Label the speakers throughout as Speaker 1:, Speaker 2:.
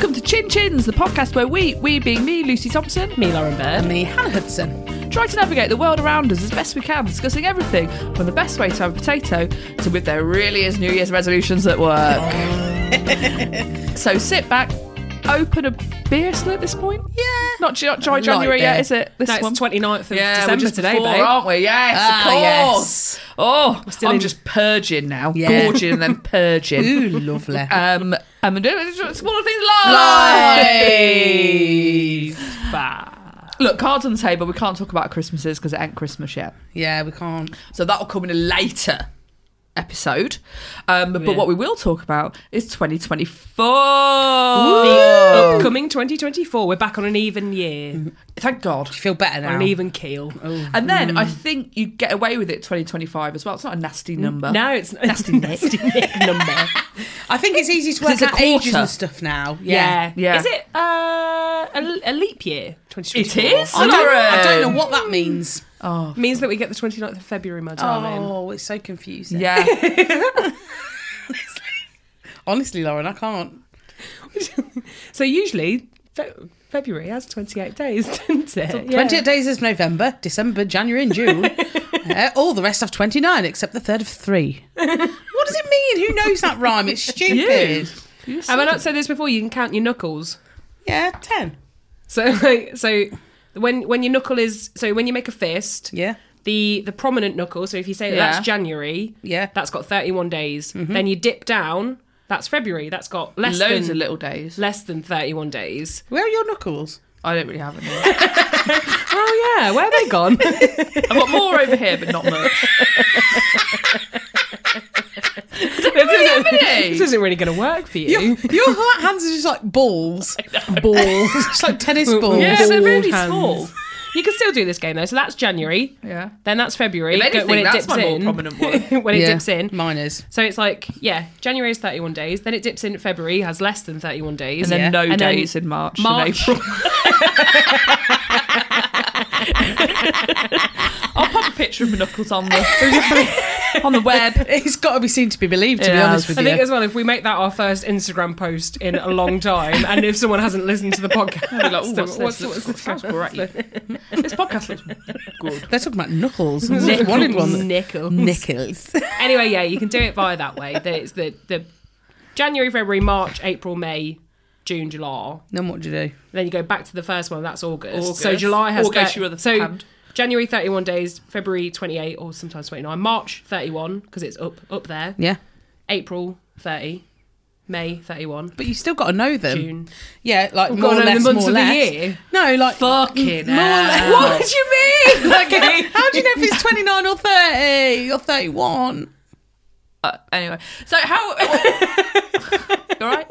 Speaker 1: is the podcast where we, we being me, Lucy Thompson,
Speaker 2: Me, Lauren Bird.
Speaker 3: Me, Hannah Hudson.
Speaker 1: try to navigate the world around us as best we can, discussing everything from the best way to have a potato to if there really is New Year's resolutions that work. so sit back, open a beer still at this point. Yeah, not, J- not dry
Speaker 3: Light
Speaker 1: January yet,
Speaker 3: beer.
Speaker 1: is it? This
Speaker 2: No, it's 29th of
Speaker 1: yeah,
Speaker 2: December
Speaker 1: we're just
Speaker 2: today,
Speaker 1: before,
Speaker 2: babe.
Speaker 1: aren't we? Yes,
Speaker 3: Ah,
Speaker 1: of course.
Speaker 3: yes.
Speaker 1: Oh,
Speaker 2: still
Speaker 1: I'm
Speaker 2: in-
Speaker 1: just purging now,
Speaker 3: Yeah.
Speaker 1: gorging and then purging.
Speaker 3: Ooh, lovely.
Speaker 1: Um, I'm doing smaller things live.
Speaker 3: Live.
Speaker 1: Look, cards on the table. We can't talk about Christmases because it ain't Christmas yet.
Speaker 3: yeah, we can't.
Speaker 1: So that'll come in a later episode. Um,
Speaker 2: Yeah.
Speaker 1: But what we will talk about is 2024.
Speaker 2: The upcoming 2024. We're back on an even year,
Speaker 1: Thank God.
Speaker 3: Do you feel better
Speaker 2: on
Speaker 3: now?
Speaker 2: an even keel.
Speaker 1: And then
Speaker 2: Mm.
Speaker 1: I think you get away with it 2025 as well. It's not a nasty number.
Speaker 2: No, it's nasty, nasty Nick number.
Speaker 3: I think it's easy to
Speaker 1: 'Cause it's a
Speaker 3: work out ages
Speaker 1: quarter.
Speaker 3: and stuff now.
Speaker 2: Yeah.
Speaker 3: Yeah.
Speaker 1: Yeah.
Speaker 2: Is it uh, a, a leap year? 2024.
Speaker 1: It is.
Speaker 3: I, don't, I don't
Speaker 1: Lauren.
Speaker 3: know what that means.
Speaker 1: Oh,
Speaker 2: Means that we get the 29th of February, my darling.
Speaker 3: Oh, it's so confusing.
Speaker 1: Yeah.
Speaker 3: Honestly, Lauren, I can't.
Speaker 2: So usually Fe- February has 28 days, doesn't it? Yeah.
Speaker 3: 28 days is November, December, January, and June. Uh, all the rest have 29 except the third of three. what does it mean? Who knows that rhyme? It's stupid.
Speaker 2: Have I not said this before? You can count your knuckles.
Speaker 3: Yeah, 10.
Speaker 2: So like so when when your knuckle is so when you make a fist,
Speaker 3: Yeah.
Speaker 2: the the prominent knuckle, so if you say that
Speaker 1: Yeah.
Speaker 2: that's January,
Speaker 3: Yeah.
Speaker 2: that's got 31 days. Then you dip down, that's February, that's got less
Speaker 1: Loads
Speaker 2: than
Speaker 1: of little days.
Speaker 2: less than 31 days.
Speaker 3: Where are your knuckles?
Speaker 1: I don't really have any.
Speaker 2: Oh yeah, where are they gone?
Speaker 1: I've got more over here, but not much.
Speaker 2: this isn't really going to work for
Speaker 3: Your,
Speaker 2: you.
Speaker 3: your hands are just like balls. Balls. it's like tennis balls.
Speaker 1: Yeah, they're really
Speaker 2: hands.
Speaker 1: small.
Speaker 2: You can still do this game though. So that's January.
Speaker 1: Yeah.
Speaker 2: Then that's February.
Speaker 1: If
Speaker 2: go-
Speaker 1: anything,
Speaker 2: when it
Speaker 1: that's
Speaker 2: dips
Speaker 1: my more
Speaker 2: in,
Speaker 1: prominent one.
Speaker 2: when it
Speaker 3: Yeah.
Speaker 2: dips in.
Speaker 3: Mine is.
Speaker 2: So it's like, yeah, January is 31 days. Then it dips in February, has less than 31 days.
Speaker 1: And then
Speaker 3: Yeah.
Speaker 1: no
Speaker 2: And then
Speaker 1: days in March, and
Speaker 2: March.
Speaker 1: April. I'll pop a picture of my knuckles on the on the web.
Speaker 3: It's got to be seen to be believed, to be
Speaker 1: Yeah.
Speaker 3: honest with
Speaker 2: I
Speaker 3: you.
Speaker 2: think as well, if we make that our first Instagram post in a long time, and if someone hasn't listened to the podcast,
Speaker 1: I'll be like, "Ooh,
Speaker 2: then
Speaker 1: what's this? This sounds great. This podcast looks good.
Speaker 3: They're talking about knuckles. I
Speaker 2: Nickels.
Speaker 3: wanted one that-
Speaker 2: Nickels.
Speaker 3: Nickels.
Speaker 2: Anyway, yeah, you can do it via that way. That it's the the January, February, March, April, May, June, July.
Speaker 3: then what do you do?
Speaker 2: Then you go back to the first one. That's August.
Speaker 1: August.
Speaker 2: So July has
Speaker 1: August,
Speaker 2: thir-
Speaker 1: you were the
Speaker 2: so
Speaker 1: hand.
Speaker 2: January thirty one days, February twenty eight or sometimes twenty nine, March thirty one because it's up up there.
Speaker 3: Yeah.
Speaker 2: April thirty, May thirty one,
Speaker 3: But you still got to know them.
Speaker 2: June.
Speaker 3: Yeah, like
Speaker 2: We've
Speaker 3: more
Speaker 2: got
Speaker 3: or
Speaker 2: to know the
Speaker 3: less,
Speaker 2: months
Speaker 3: more or
Speaker 2: of the
Speaker 3: less.
Speaker 2: year.
Speaker 3: No, like
Speaker 1: Fucking
Speaker 3: more or less.
Speaker 1: hell.
Speaker 3: What do you mean?
Speaker 1: Okay.
Speaker 3: How do you know if it's twenty nine or thirty or thirty one?
Speaker 1: Uh, anyway, so how? all right.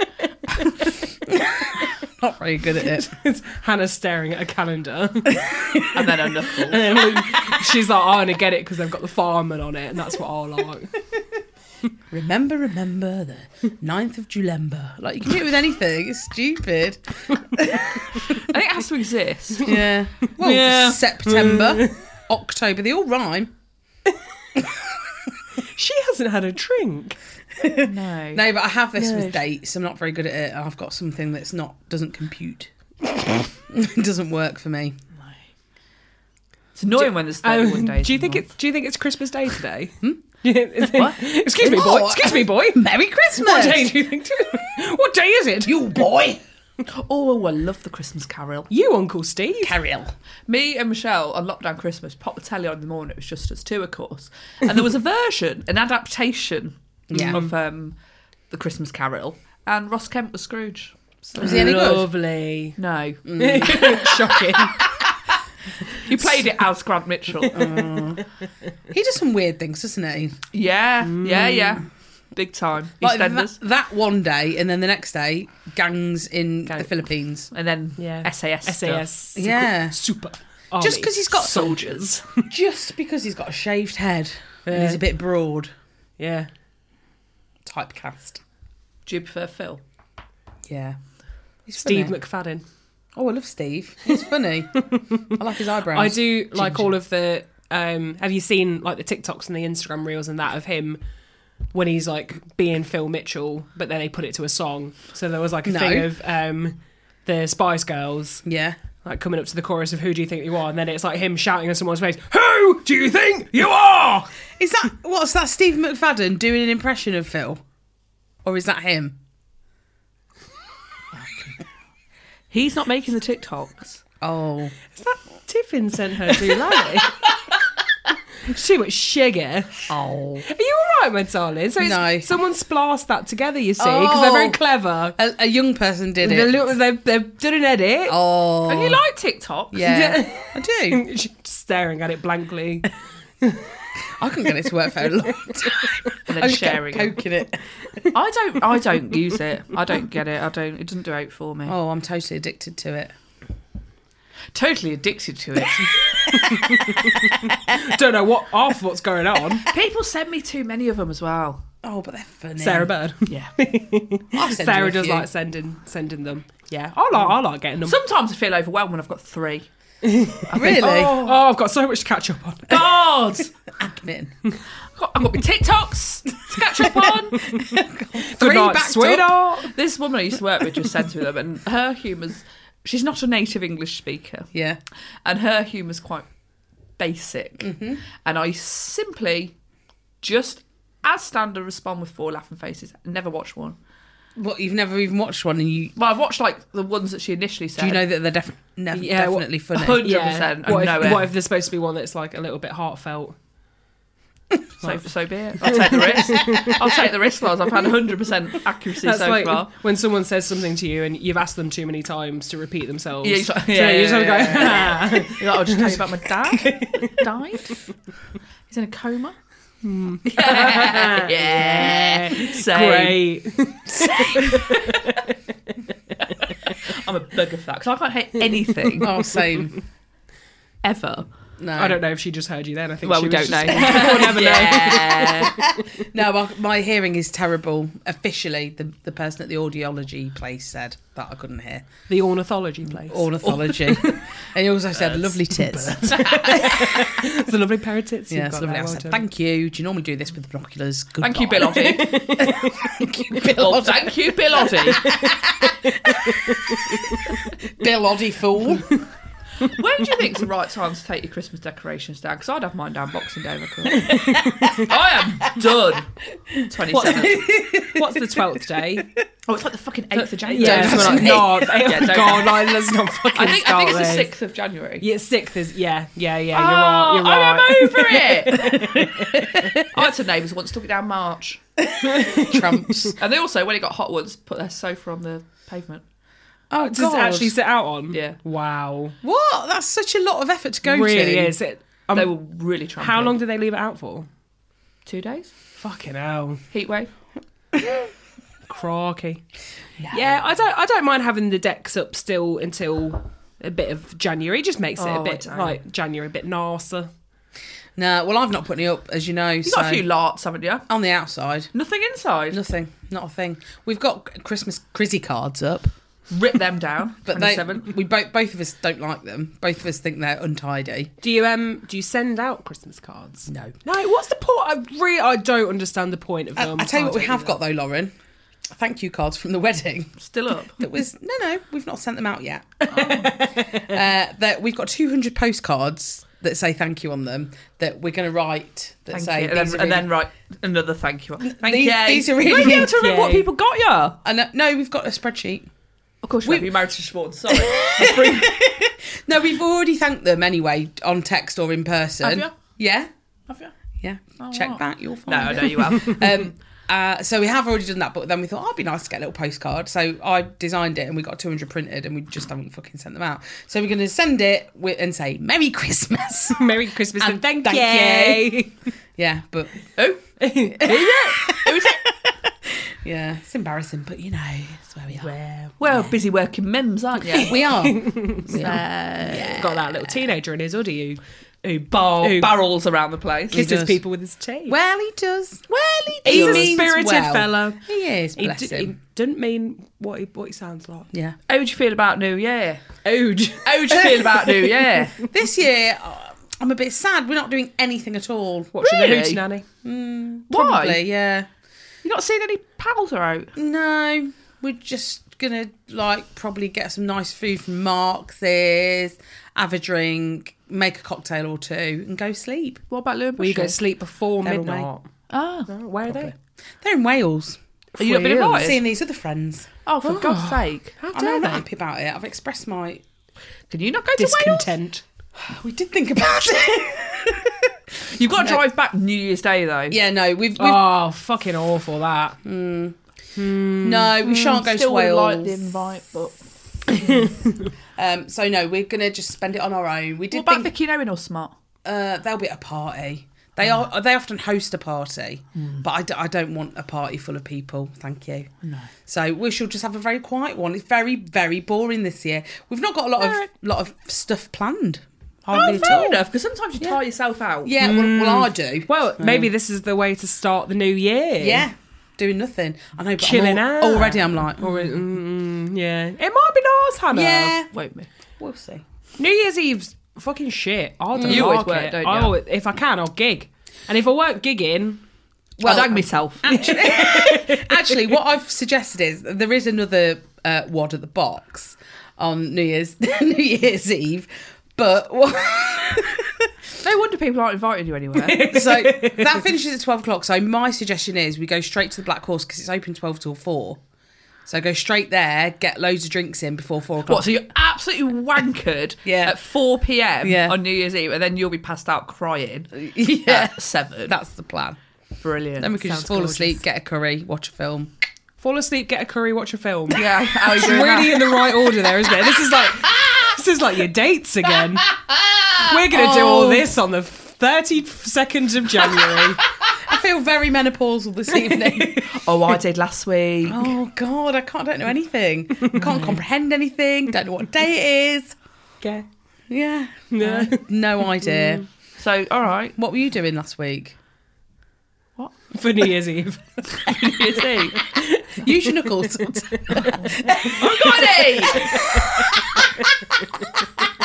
Speaker 3: Not very good at it.
Speaker 2: Hannah's staring at a calendar.
Speaker 1: And then a knuckle.
Speaker 2: And like, She's like, I'm gonna get it because they've got the fireman on it, and that's what I like.
Speaker 3: remember, remember the 9th of Julember. Like you can do it with anything. It's stupid.
Speaker 1: I think it has to exist.
Speaker 3: Yeah. Mm. Well,
Speaker 1: Yeah.
Speaker 3: September, October. They all rhyme.
Speaker 2: She hasn't had a drink.
Speaker 1: No.
Speaker 3: No, but I have this
Speaker 2: No.
Speaker 3: with dates. I'm not very good at it. I've got something that's not doesn't compute. it doesn't work for me.
Speaker 1: It's annoying when there's 31
Speaker 2: Um,
Speaker 1: days.
Speaker 2: do you think
Speaker 1: it's
Speaker 2: it's Do you think it's Christmas Day today? what? Excuse me, boy.
Speaker 3: Hmm? What?
Speaker 2: Excuse me, boy.
Speaker 3: Merry Christmas.
Speaker 2: What day do you think? what day is it?
Speaker 3: You boy.
Speaker 1: Oh, I love the Christmas carol.
Speaker 2: You, Uncle Steve.
Speaker 3: Ariel.
Speaker 1: Me and Michelle on lockdown Christmas popped the telly on in the morning. It was just us two, of course. And there was a version, an adaptation
Speaker 3: Yeah.
Speaker 1: of um, the Christmas Carol, and Ross Kemp was Scrooge. So,
Speaker 3: Was he any good? Mm.
Speaker 2: Lovely.
Speaker 1: no,
Speaker 2: Shocking.
Speaker 1: he played it as Grant Mitchell.
Speaker 3: Mm. He does some weird things, doesn't he?
Speaker 1: yeah, yeah, yeah, big time.
Speaker 3: Like that,
Speaker 1: EastEnders,
Speaker 3: that one day, and then the next day, gangs in
Speaker 1: Gang-
Speaker 3: the Philippines.
Speaker 1: and then
Speaker 2: Yeah.
Speaker 1: SAS, stuff.
Speaker 2: SAS.
Speaker 3: Yeah.
Speaker 2: Super.
Speaker 3: Just because he's got
Speaker 1: soldiers.
Speaker 3: just because he's got a shaved head and he's a bit broad.
Speaker 2: Yeah.
Speaker 3: Typecast.
Speaker 1: Do you prefer Phil?
Speaker 3: Yeah. He's
Speaker 2: Steve
Speaker 3: funny.
Speaker 2: McFadden.
Speaker 3: oh, I love Steve. He's funny. I like his eyebrows.
Speaker 2: I do like all of the. Um, have you seen like the TikToks and the Instagram reels and that of him when he's like being Phil Mitchell, but then they put it to a song. So there was like a
Speaker 3: No.
Speaker 2: thing of um, the Spice Girls,
Speaker 3: Yeah.
Speaker 2: like coming up to the chorus of "Who do you think you are?" and then it's like him shouting in someone's face, "Who do you think you are?"
Speaker 3: Is that what's that? Steve McFadden doing an impression of Phil, or is that him?
Speaker 1: He's not making the TikToks.
Speaker 3: Oh,
Speaker 2: Is that Tiffin sent her to Larry? Too much sugar.
Speaker 3: oh.
Speaker 2: Are you all right, my darling? So it's,
Speaker 3: No.
Speaker 2: someone splashed that together, you see, because they're very
Speaker 3: Oh.
Speaker 2: clever.
Speaker 3: A, a young person did
Speaker 2: They're
Speaker 3: it.
Speaker 2: little, they've, they've done an edit.
Speaker 3: oh,
Speaker 1: And you like TikTok?
Speaker 3: yeah. I do.
Speaker 2: She's staring at it blankly.
Speaker 3: I couldn't get it to work for a long time.
Speaker 1: And
Speaker 3: I
Speaker 1: then
Speaker 3: just kept
Speaker 1: sharing. it.
Speaker 3: poking it.
Speaker 1: I don't. I don't use it. I don't get it. I don't. It doesn't do it for me.
Speaker 3: Oh, I'm totally addicted to it.
Speaker 1: Totally addicted to it.
Speaker 2: Don't know what half what's going on.
Speaker 1: People send me too many of them as well.
Speaker 3: Oh, but they're funny.
Speaker 2: Sarah Bird.
Speaker 1: Yeah.
Speaker 3: I'll send you
Speaker 2: Sarah
Speaker 3: a
Speaker 2: does
Speaker 3: few.
Speaker 2: like sending sending them. Yeah, I like I like getting them.
Speaker 1: Sometimes I feel overwhelmed when I've got three.
Speaker 3: Really?
Speaker 2: oh, oh, I've got so much to catch up on.
Speaker 1: God,
Speaker 3: Admin.
Speaker 1: I've got, I've got my TikToks to catch up on.
Speaker 2: Good
Speaker 3: Three
Speaker 2: night,
Speaker 3: backed
Speaker 2: sweetheart.
Speaker 1: This woman I used to work with just sent me them, and her humour's. She's not a native English speaker,
Speaker 3: Yeah.
Speaker 1: and her humour's quite basic. And I simply, just as standard, respond with four laughing faces. Never watch one.
Speaker 3: What? You've never even watched one, and you
Speaker 1: Well, I've watched like the ones that she initially said.
Speaker 3: do you know that they're def- nef-
Speaker 2: Yeah, what- Oh,
Speaker 3: definitely funny.
Speaker 1: Hundred percent.
Speaker 2: What,
Speaker 1: I know
Speaker 2: if,
Speaker 1: it.
Speaker 2: what if there's supposed to be one that's like a little bit heartfelt?
Speaker 1: so, so be it. I'll take the risk. I'll take the risk, Lars. I've had hundred percent accuracy
Speaker 2: That's
Speaker 1: so
Speaker 2: like
Speaker 1: far.
Speaker 2: when someone says something to you and you've asked them too many times to repeat themselves.
Speaker 1: Yeah, you just-
Speaker 2: So
Speaker 1: yeah,
Speaker 2: you just
Speaker 1: yeah,
Speaker 2: have to go,
Speaker 1: You're like, I'll just tell you about my dad. Died. He's in a coma. Hmm. Yeah. yeah. Same.
Speaker 2: "Ah, great.
Speaker 1: I'm a bugger for that because I can't hear anything
Speaker 3: Oh, same.
Speaker 1: ever.
Speaker 3: No,
Speaker 2: I don't know if she just heard you then. I think
Speaker 1: Well,
Speaker 2: she
Speaker 1: we
Speaker 2: was
Speaker 1: don't know.
Speaker 2: just-
Speaker 1: we'll never know.
Speaker 3: No, my, my hearing is terrible. Officially, the, the person at the audiology place said that I couldn't hear.
Speaker 2: The ornithology place.
Speaker 3: Ornithology. and he also said, lovely tits.
Speaker 2: it's a lovely pair of tits.
Speaker 3: Yeah,
Speaker 2: you've
Speaker 3: it's
Speaker 2: got
Speaker 3: lovely. I
Speaker 2: there, well
Speaker 3: said,
Speaker 2: done.
Speaker 3: thank you. Do you normally do this with binoculars? Good
Speaker 1: Thank you, Bill Oddie. Well, thank you, Bill Oddie.
Speaker 3: Bill Oddie fool.
Speaker 1: When do you think's the right time to take your Christmas decorations down? Because I'd have mine down Boxing Day. If I, could. I am done. Twenty seventh.
Speaker 2: What's the twelfth day?
Speaker 1: Oh, it's like the fucking eighth of January.
Speaker 2: yeah,
Speaker 1: Something like-
Speaker 3: that's
Speaker 2: no,
Speaker 1: Yeah, don't-
Speaker 2: God, like, let's not fucking
Speaker 1: I think, I
Speaker 2: start
Speaker 1: think it's the
Speaker 2: this.
Speaker 1: sixth of January.
Speaker 2: Yeah, sixth is yeah, yeah, yeah.
Speaker 1: Oh,
Speaker 2: You're right. You're right.
Speaker 1: I'm over it. I had some neighbours once took it down March,
Speaker 3: Trumps.
Speaker 1: and they also, when it got hot once, put their sofa on the pavement.
Speaker 3: Oh,
Speaker 2: Does it actually sit out on?
Speaker 1: Yeah.
Speaker 2: Wow.
Speaker 3: What? That's such a lot of effort to go to.
Speaker 2: really is it? um,
Speaker 1: They were really trying.
Speaker 2: how long did they leave it out for?
Speaker 1: Two days.
Speaker 2: Fucking hell.
Speaker 1: Heat wave.
Speaker 2: Crocky. Yeah. I don't. I don't mind having the decks up still until a bit of January. It just makes it
Speaker 1: Oh, I
Speaker 2: a bit
Speaker 1: don't.
Speaker 2: like January a bit nicer.
Speaker 3: No, well, I've not put any up, as you know.
Speaker 1: You
Speaker 3: so
Speaker 1: got a few larts, haven't you?
Speaker 3: on the outside.
Speaker 1: Nothing inside.
Speaker 3: Nothing. Not a thing. We've got Christmas Crizzy cards up.
Speaker 1: Rip them down.
Speaker 3: But they,
Speaker 1: 27.
Speaker 3: we both both of us don't like them. Both of us think they're untidy.
Speaker 2: Do you um? Do you send out Christmas cards?
Speaker 3: No.
Speaker 2: No. What's the point? I really. I don't understand the point of
Speaker 3: I,
Speaker 2: them.
Speaker 3: I tell you what, we
Speaker 2: don't
Speaker 3: have
Speaker 2: either.
Speaker 3: got though, Lauren. Thank you cards from the wedding.
Speaker 1: Still up.
Speaker 3: That was no, no, we've not sent them out yet.
Speaker 1: Oh.
Speaker 3: uh, that we've got 200 postcards that say thank you on them that we're going to write that
Speaker 1: Thank
Speaker 3: say
Speaker 1: you. And then,
Speaker 3: these are
Speaker 1: and
Speaker 3: really-
Speaker 1: then write another thank you. Thank
Speaker 3: These-
Speaker 1: you.
Speaker 3: these are
Speaker 1: You won't
Speaker 3: really-
Speaker 1: be able to remember what
Speaker 2: Yay.
Speaker 1: people got you.
Speaker 3: I know- no, we've got a spreadsheet.
Speaker 1: Of course,
Speaker 3: We-
Speaker 1: you're married to Schwartz. Sorry.
Speaker 3: No, we've already thanked them anyway on text or in person.
Speaker 1: Have
Speaker 3: Yeah,
Speaker 1: Have you?
Speaker 3: yeah. Check
Speaker 1: wow.
Speaker 3: back, you'll
Speaker 1: No, I
Speaker 3: find
Speaker 1: know
Speaker 3: it.
Speaker 1: you have.
Speaker 3: Um, uh, so we have already done that, but then we thought oh, it'd be nice to get a little postcard. So I designed it, and we got 200 printed, and we just haven't fucking sent them out. So we're going to send it wi- and say Merry Christmas.
Speaker 2: Merry Christmas and,
Speaker 3: And
Speaker 2: thank,
Speaker 3: thank
Speaker 2: you.
Speaker 3: yeah, but
Speaker 1: oh,
Speaker 3: Yeah, it's embarrassing, but you know, it's where we are.
Speaker 1: well, busy working mims, aren't you?
Speaker 3: We are.
Speaker 2: Got that little teenager in his hoodie who who bar
Speaker 1: Bar-
Speaker 2: who
Speaker 1: barrels around the place.
Speaker 2: kisses
Speaker 3: does.
Speaker 2: people with his teeth.
Speaker 3: well, he does. Well, he
Speaker 2: He's
Speaker 3: does.
Speaker 2: a
Speaker 3: He means
Speaker 2: spirited
Speaker 3: well.
Speaker 2: fella.
Speaker 3: He is,
Speaker 2: He,
Speaker 3: bless
Speaker 2: d- he
Speaker 3: him.
Speaker 2: didn't mean what he what he sounds like.
Speaker 3: Yeah.
Speaker 1: How would you feel about New Year?
Speaker 2: Ode.
Speaker 1: How would you feel about New Year?
Speaker 3: This year, uh, I'm a bit sad. We're not doing anything at all.
Speaker 2: Watching
Speaker 1: Really?
Speaker 2: the Hootenanny.
Speaker 1: Why?
Speaker 3: Probably, yeah.
Speaker 1: You not seen any pals are out?
Speaker 3: No, we're just gonna like probably get some nice food from Marx's, have a drink, make a cocktail or two, and go sleep.
Speaker 1: What about Lewin
Speaker 2: We
Speaker 1: Bushell?
Speaker 2: go to sleep before
Speaker 3: They're
Speaker 2: midnight.
Speaker 3: awake.
Speaker 1: Ah,
Speaker 2: Oh, where are they?
Speaker 3: They're in Wales,
Speaker 1: are you not been
Speaker 2: Wales.
Speaker 1: invited?
Speaker 3: seeing these other friends.
Speaker 1: Oh, for God's sake!
Speaker 2: How
Speaker 3: I know,
Speaker 2: dare
Speaker 3: I'm not
Speaker 2: they?
Speaker 3: happy about it. I've expressed my. oh,
Speaker 1: Can you not go to Wales?
Speaker 2: Discontent.
Speaker 3: We did think about it.
Speaker 1: You've got to drive back New Year's Day though.
Speaker 3: yeah, no, we've, we've
Speaker 2: Oh, fucking awful that.
Speaker 3: no, we shan't go
Speaker 1: Um, mm, Still
Speaker 3: to
Speaker 1: would
Speaker 3: Wales.
Speaker 1: like the invite, but
Speaker 3: Um, so no, we're gonna just spend it on our own. We
Speaker 1: what
Speaker 3: did
Speaker 1: about
Speaker 3: think
Speaker 1: Vicky and Owen or Smart?
Speaker 3: uh, they'll be at a party. They
Speaker 2: Mm.
Speaker 3: are. They often host a party, but I, d- I don't want a party full of people. Thank you. No. So we shall just have a very quiet one. It's very very boring this year. We've not got a lot of lot of stuff planned.
Speaker 1: Oh,
Speaker 3: Hardly at all.
Speaker 1: Because sometimes you tire yourself out.
Speaker 3: Yeah. Well, well, I do.
Speaker 2: Mm. Well, maybe this is the way to start the new year.
Speaker 3: yeah. Doing nothing. I know. But I'm
Speaker 2: Chilling
Speaker 3: al-
Speaker 2: out.
Speaker 3: Already, I'm like.
Speaker 2: Or, mm, mm, yeah. It might be nice, Hannah.
Speaker 3: yeah.
Speaker 1: Wait me.
Speaker 3: We'll see.
Speaker 2: New Year's Eve's fucking shit. I don't
Speaker 1: You always
Speaker 2: like
Speaker 1: work,
Speaker 2: it.
Speaker 1: don't you?
Speaker 2: I always, if I can, I'll gig. And if I weren't gigging,
Speaker 1: Well, I'd hang myself.
Speaker 3: Actually, what I've suggested is there is another uh, wad at the box on New Year's New Year's Eve, but
Speaker 1: no wonder people aren't inviting you anywhere.
Speaker 3: so that finishes at twelve o'clock. So my suggestion is we go straight to the Black Horse because it's open twelve till four. So go straight there, get loads of drinks in before four o'clock.
Speaker 1: what? So you're absolutely wankered
Speaker 3: Yeah.
Speaker 1: at 4 p.m.
Speaker 3: Yeah.
Speaker 1: on New Year's Eve, and then you'll be passed out crying
Speaker 3: yeah,
Speaker 1: at seven.
Speaker 3: that's the plan.
Speaker 1: brilliant.
Speaker 3: Then we can just
Speaker 1: Sounds
Speaker 3: fall
Speaker 1: gorgeous.
Speaker 3: asleep, get a curry, watch a film.
Speaker 2: fall asleep, get a curry, watch a film.
Speaker 1: Yeah, how are you
Speaker 2: It's
Speaker 1: doing
Speaker 2: really in the right order there, isn't it? This is like this is like your dates again. We're gonna do
Speaker 3: Oh.
Speaker 2: all this on the thirty second of January.
Speaker 3: I feel very menopausal this evening.
Speaker 1: that? Oh, I did last week.
Speaker 3: oh God, I can't. Don't know anything. Can't comprehend anything. Don't know what day it is.
Speaker 2: yeah.
Speaker 3: Yeah.
Speaker 2: Yeah.
Speaker 3: No idea.
Speaker 1: So, all right.
Speaker 3: What were you doing last week?
Speaker 2: For New Year's Eve.
Speaker 1: You see,
Speaker 3: Use your knuckles.
Speaker 1: Connie.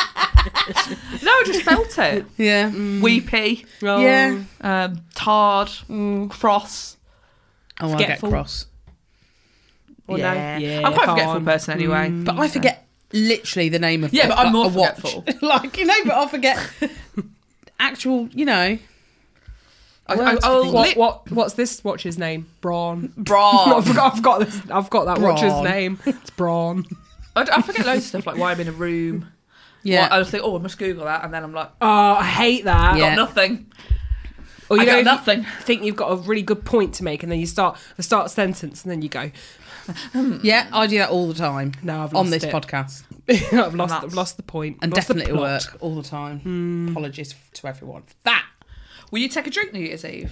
Speaker 1: no, I just felt it.
Speaker 3: yeah.
Speaker 1: Mm. Weepy,
Speaker 2: Oh,
Speaker 3: Yeah.
Speaker 1: um, tarred,
Speaker 3: Mm.
Speaker 1: cross.
Speaker 3: Oh, I get
Speaker 2: Forgetful.
Speaker 3: cross.
Speaker 1: Or
Speaker 3: Yeah.
Speaker 1: no.
Speaker 2: Yeah,
Speaker 1: I'm quite a forgetful
Speaker 2: calm. Mm.
Speaker 1: person anyway.
Speaker 3: But I forget literally the name of
Speaker 1: Yeah,
Speaker 3: a-
Speaker 1: but I'm more
Speaker 3: a watch.
Speaker 1: forgetful.
Speaker 3: like, you know, but I forget actual, you know.
Speaker 1: I, I,
Speaker 3: Words for
Speaker 1: I'll
Speaker 3: things.
Speaker 2: oh, What,
Speaker 1: lit-
Speaker 2: what what's this watch's name? Braun. Oh,
Speaker 1: Brawn.
Speaker 2: I've got I've got this I've got that watch's
Speaker 3: Braun.
Speaker 2: name. It's Braun.
Speaker 1: I, I forget loads of stuff like why I'm in a room.
Speaker 3: Yeah.
Speaker 1: Like, I just think, oh, I must Google that, and then I'm like,
Speaker 2: Oh, I hate that.
Speaker 1: got
Speaker 3: Yeah.
Speaker 1: nothing.
Speaker 2: Or you
Speaker 1: I
Speaker 2: know,
Speaker 1: got
Speaker 2: if you
Speaker 1: nothing.
Speaker 2: think you've got a really good point to make, and then you start the start sentence, and then you go,
Speaker 3: Yeah, I do that all the time.
Speaker 2: No, I've
Speaker 3: on
Speaker 2: lost
Speaker 3: this
Speaker 2: it.
Speaker 3: podcast.
Speaker 2: "I've lost,
Speaker 1: Nuts.
Speaker 2: I've lost the point."
Speaker 3: And
Speaker 2: lost the
Speaker 3: definitely
Speaker 2: plot."
Speaker 3: work all the time. Apologies to everyone. for That.
Speaker 1: Will you take a drink New Year's Eve?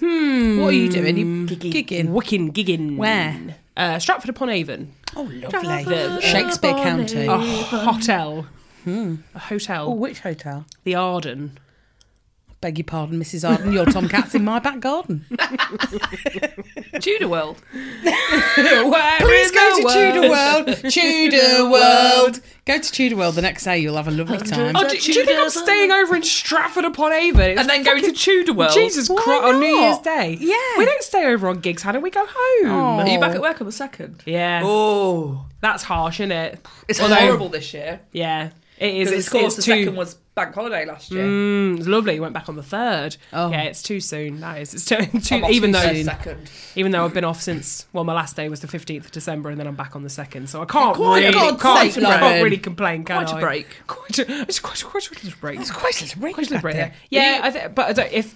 Speaker 3: What are you doing? You gigging.
Speaker 2: Wicking, gigging.
Speaker 3: Where?
Speaker 2: Uh, Stratford upon Avon.
Speaker 3: Oh, lovely.
Speaker 2: The-
Speaker 3: Shakespeare County.
Speaker 2: A hotel.
Speaker 1: Hmm.
Speaker 2: A hotel.
Speaker 3: Oh, which hotel?
Speaker 2: The Arden.
Speaker 3: Beg your pardon, Mrs. Arden. Your tomcat's in my back garden.
Speaker 1: Judah World.
Speaker 3: Please go to Tudor World. Tudor World. Go to Tudor World the next day. You'll have a lovely time.
Speaker 2: Oh, do, do you think I'm staying over in Stratford upon Avon? It's
Speaker 1: And then going to
Speaker 2: fucking-
Speaker 1: Tudor World.
Speaker 2: Jesus
Speaker 3: Why
Speaker 2: Christ, on New
Speaker 3: not?
Speaker 2: Year's Day.
Speaker 3: Yeah.
Speaker 2: We don't stay over on gigs, Hannah. We go home.
Speaker 1: Are you back at work on the second?
Speaker 2: Yeah.
Speaker 1: Oh,
Speaker 2: That's harsh, isn't it?
Speaker 1: it's
Speaker 2: Although-
Speaker 1: horrible this year.
Speaker 2: Yeah. It is.
Speaker 1: Because
Speaker 2: It's,
Speaker 1: of course
Speaker 2: it's
Speaker 1: the
Speaker 2: too,
Speaker 1: second was bank holiday last year.
Speaker 2: Mm, it's lovely. Went back on the third.
Speaker 3: Oh.
Speaker 2: Yeah, it's too soon. That is. It's too, too
Speaker 1: I'm off
Speaker 2: even
Speaker 1: to
Speaker 2: though
Speaker 1: the second.
Speaker 2: even though I've been off since well, my last day was the fifteenth of December, and then I'm back on the second. So I can't
Speaker 3: Quite a
Speaker 2: really,
Speaker 3: God's
Speaker 2: can't,
Speaker 3: sake,
Speaker 2: I
Speaker 3: Lauren.
Speaker 2: can't really complain. Can
Speaker 1: Quite a
Speaker 2: I?
Speaker 1: break.
Speaker 2: Quite a, it's quite, quite a little break. Quite
Speaker 3: quite a little break.
Speaker 2: a little break.
Speaker 3: back
Speaker 2: there.
Speaker 3: there.
Speaker 2: Yeah, I th- but I don't, if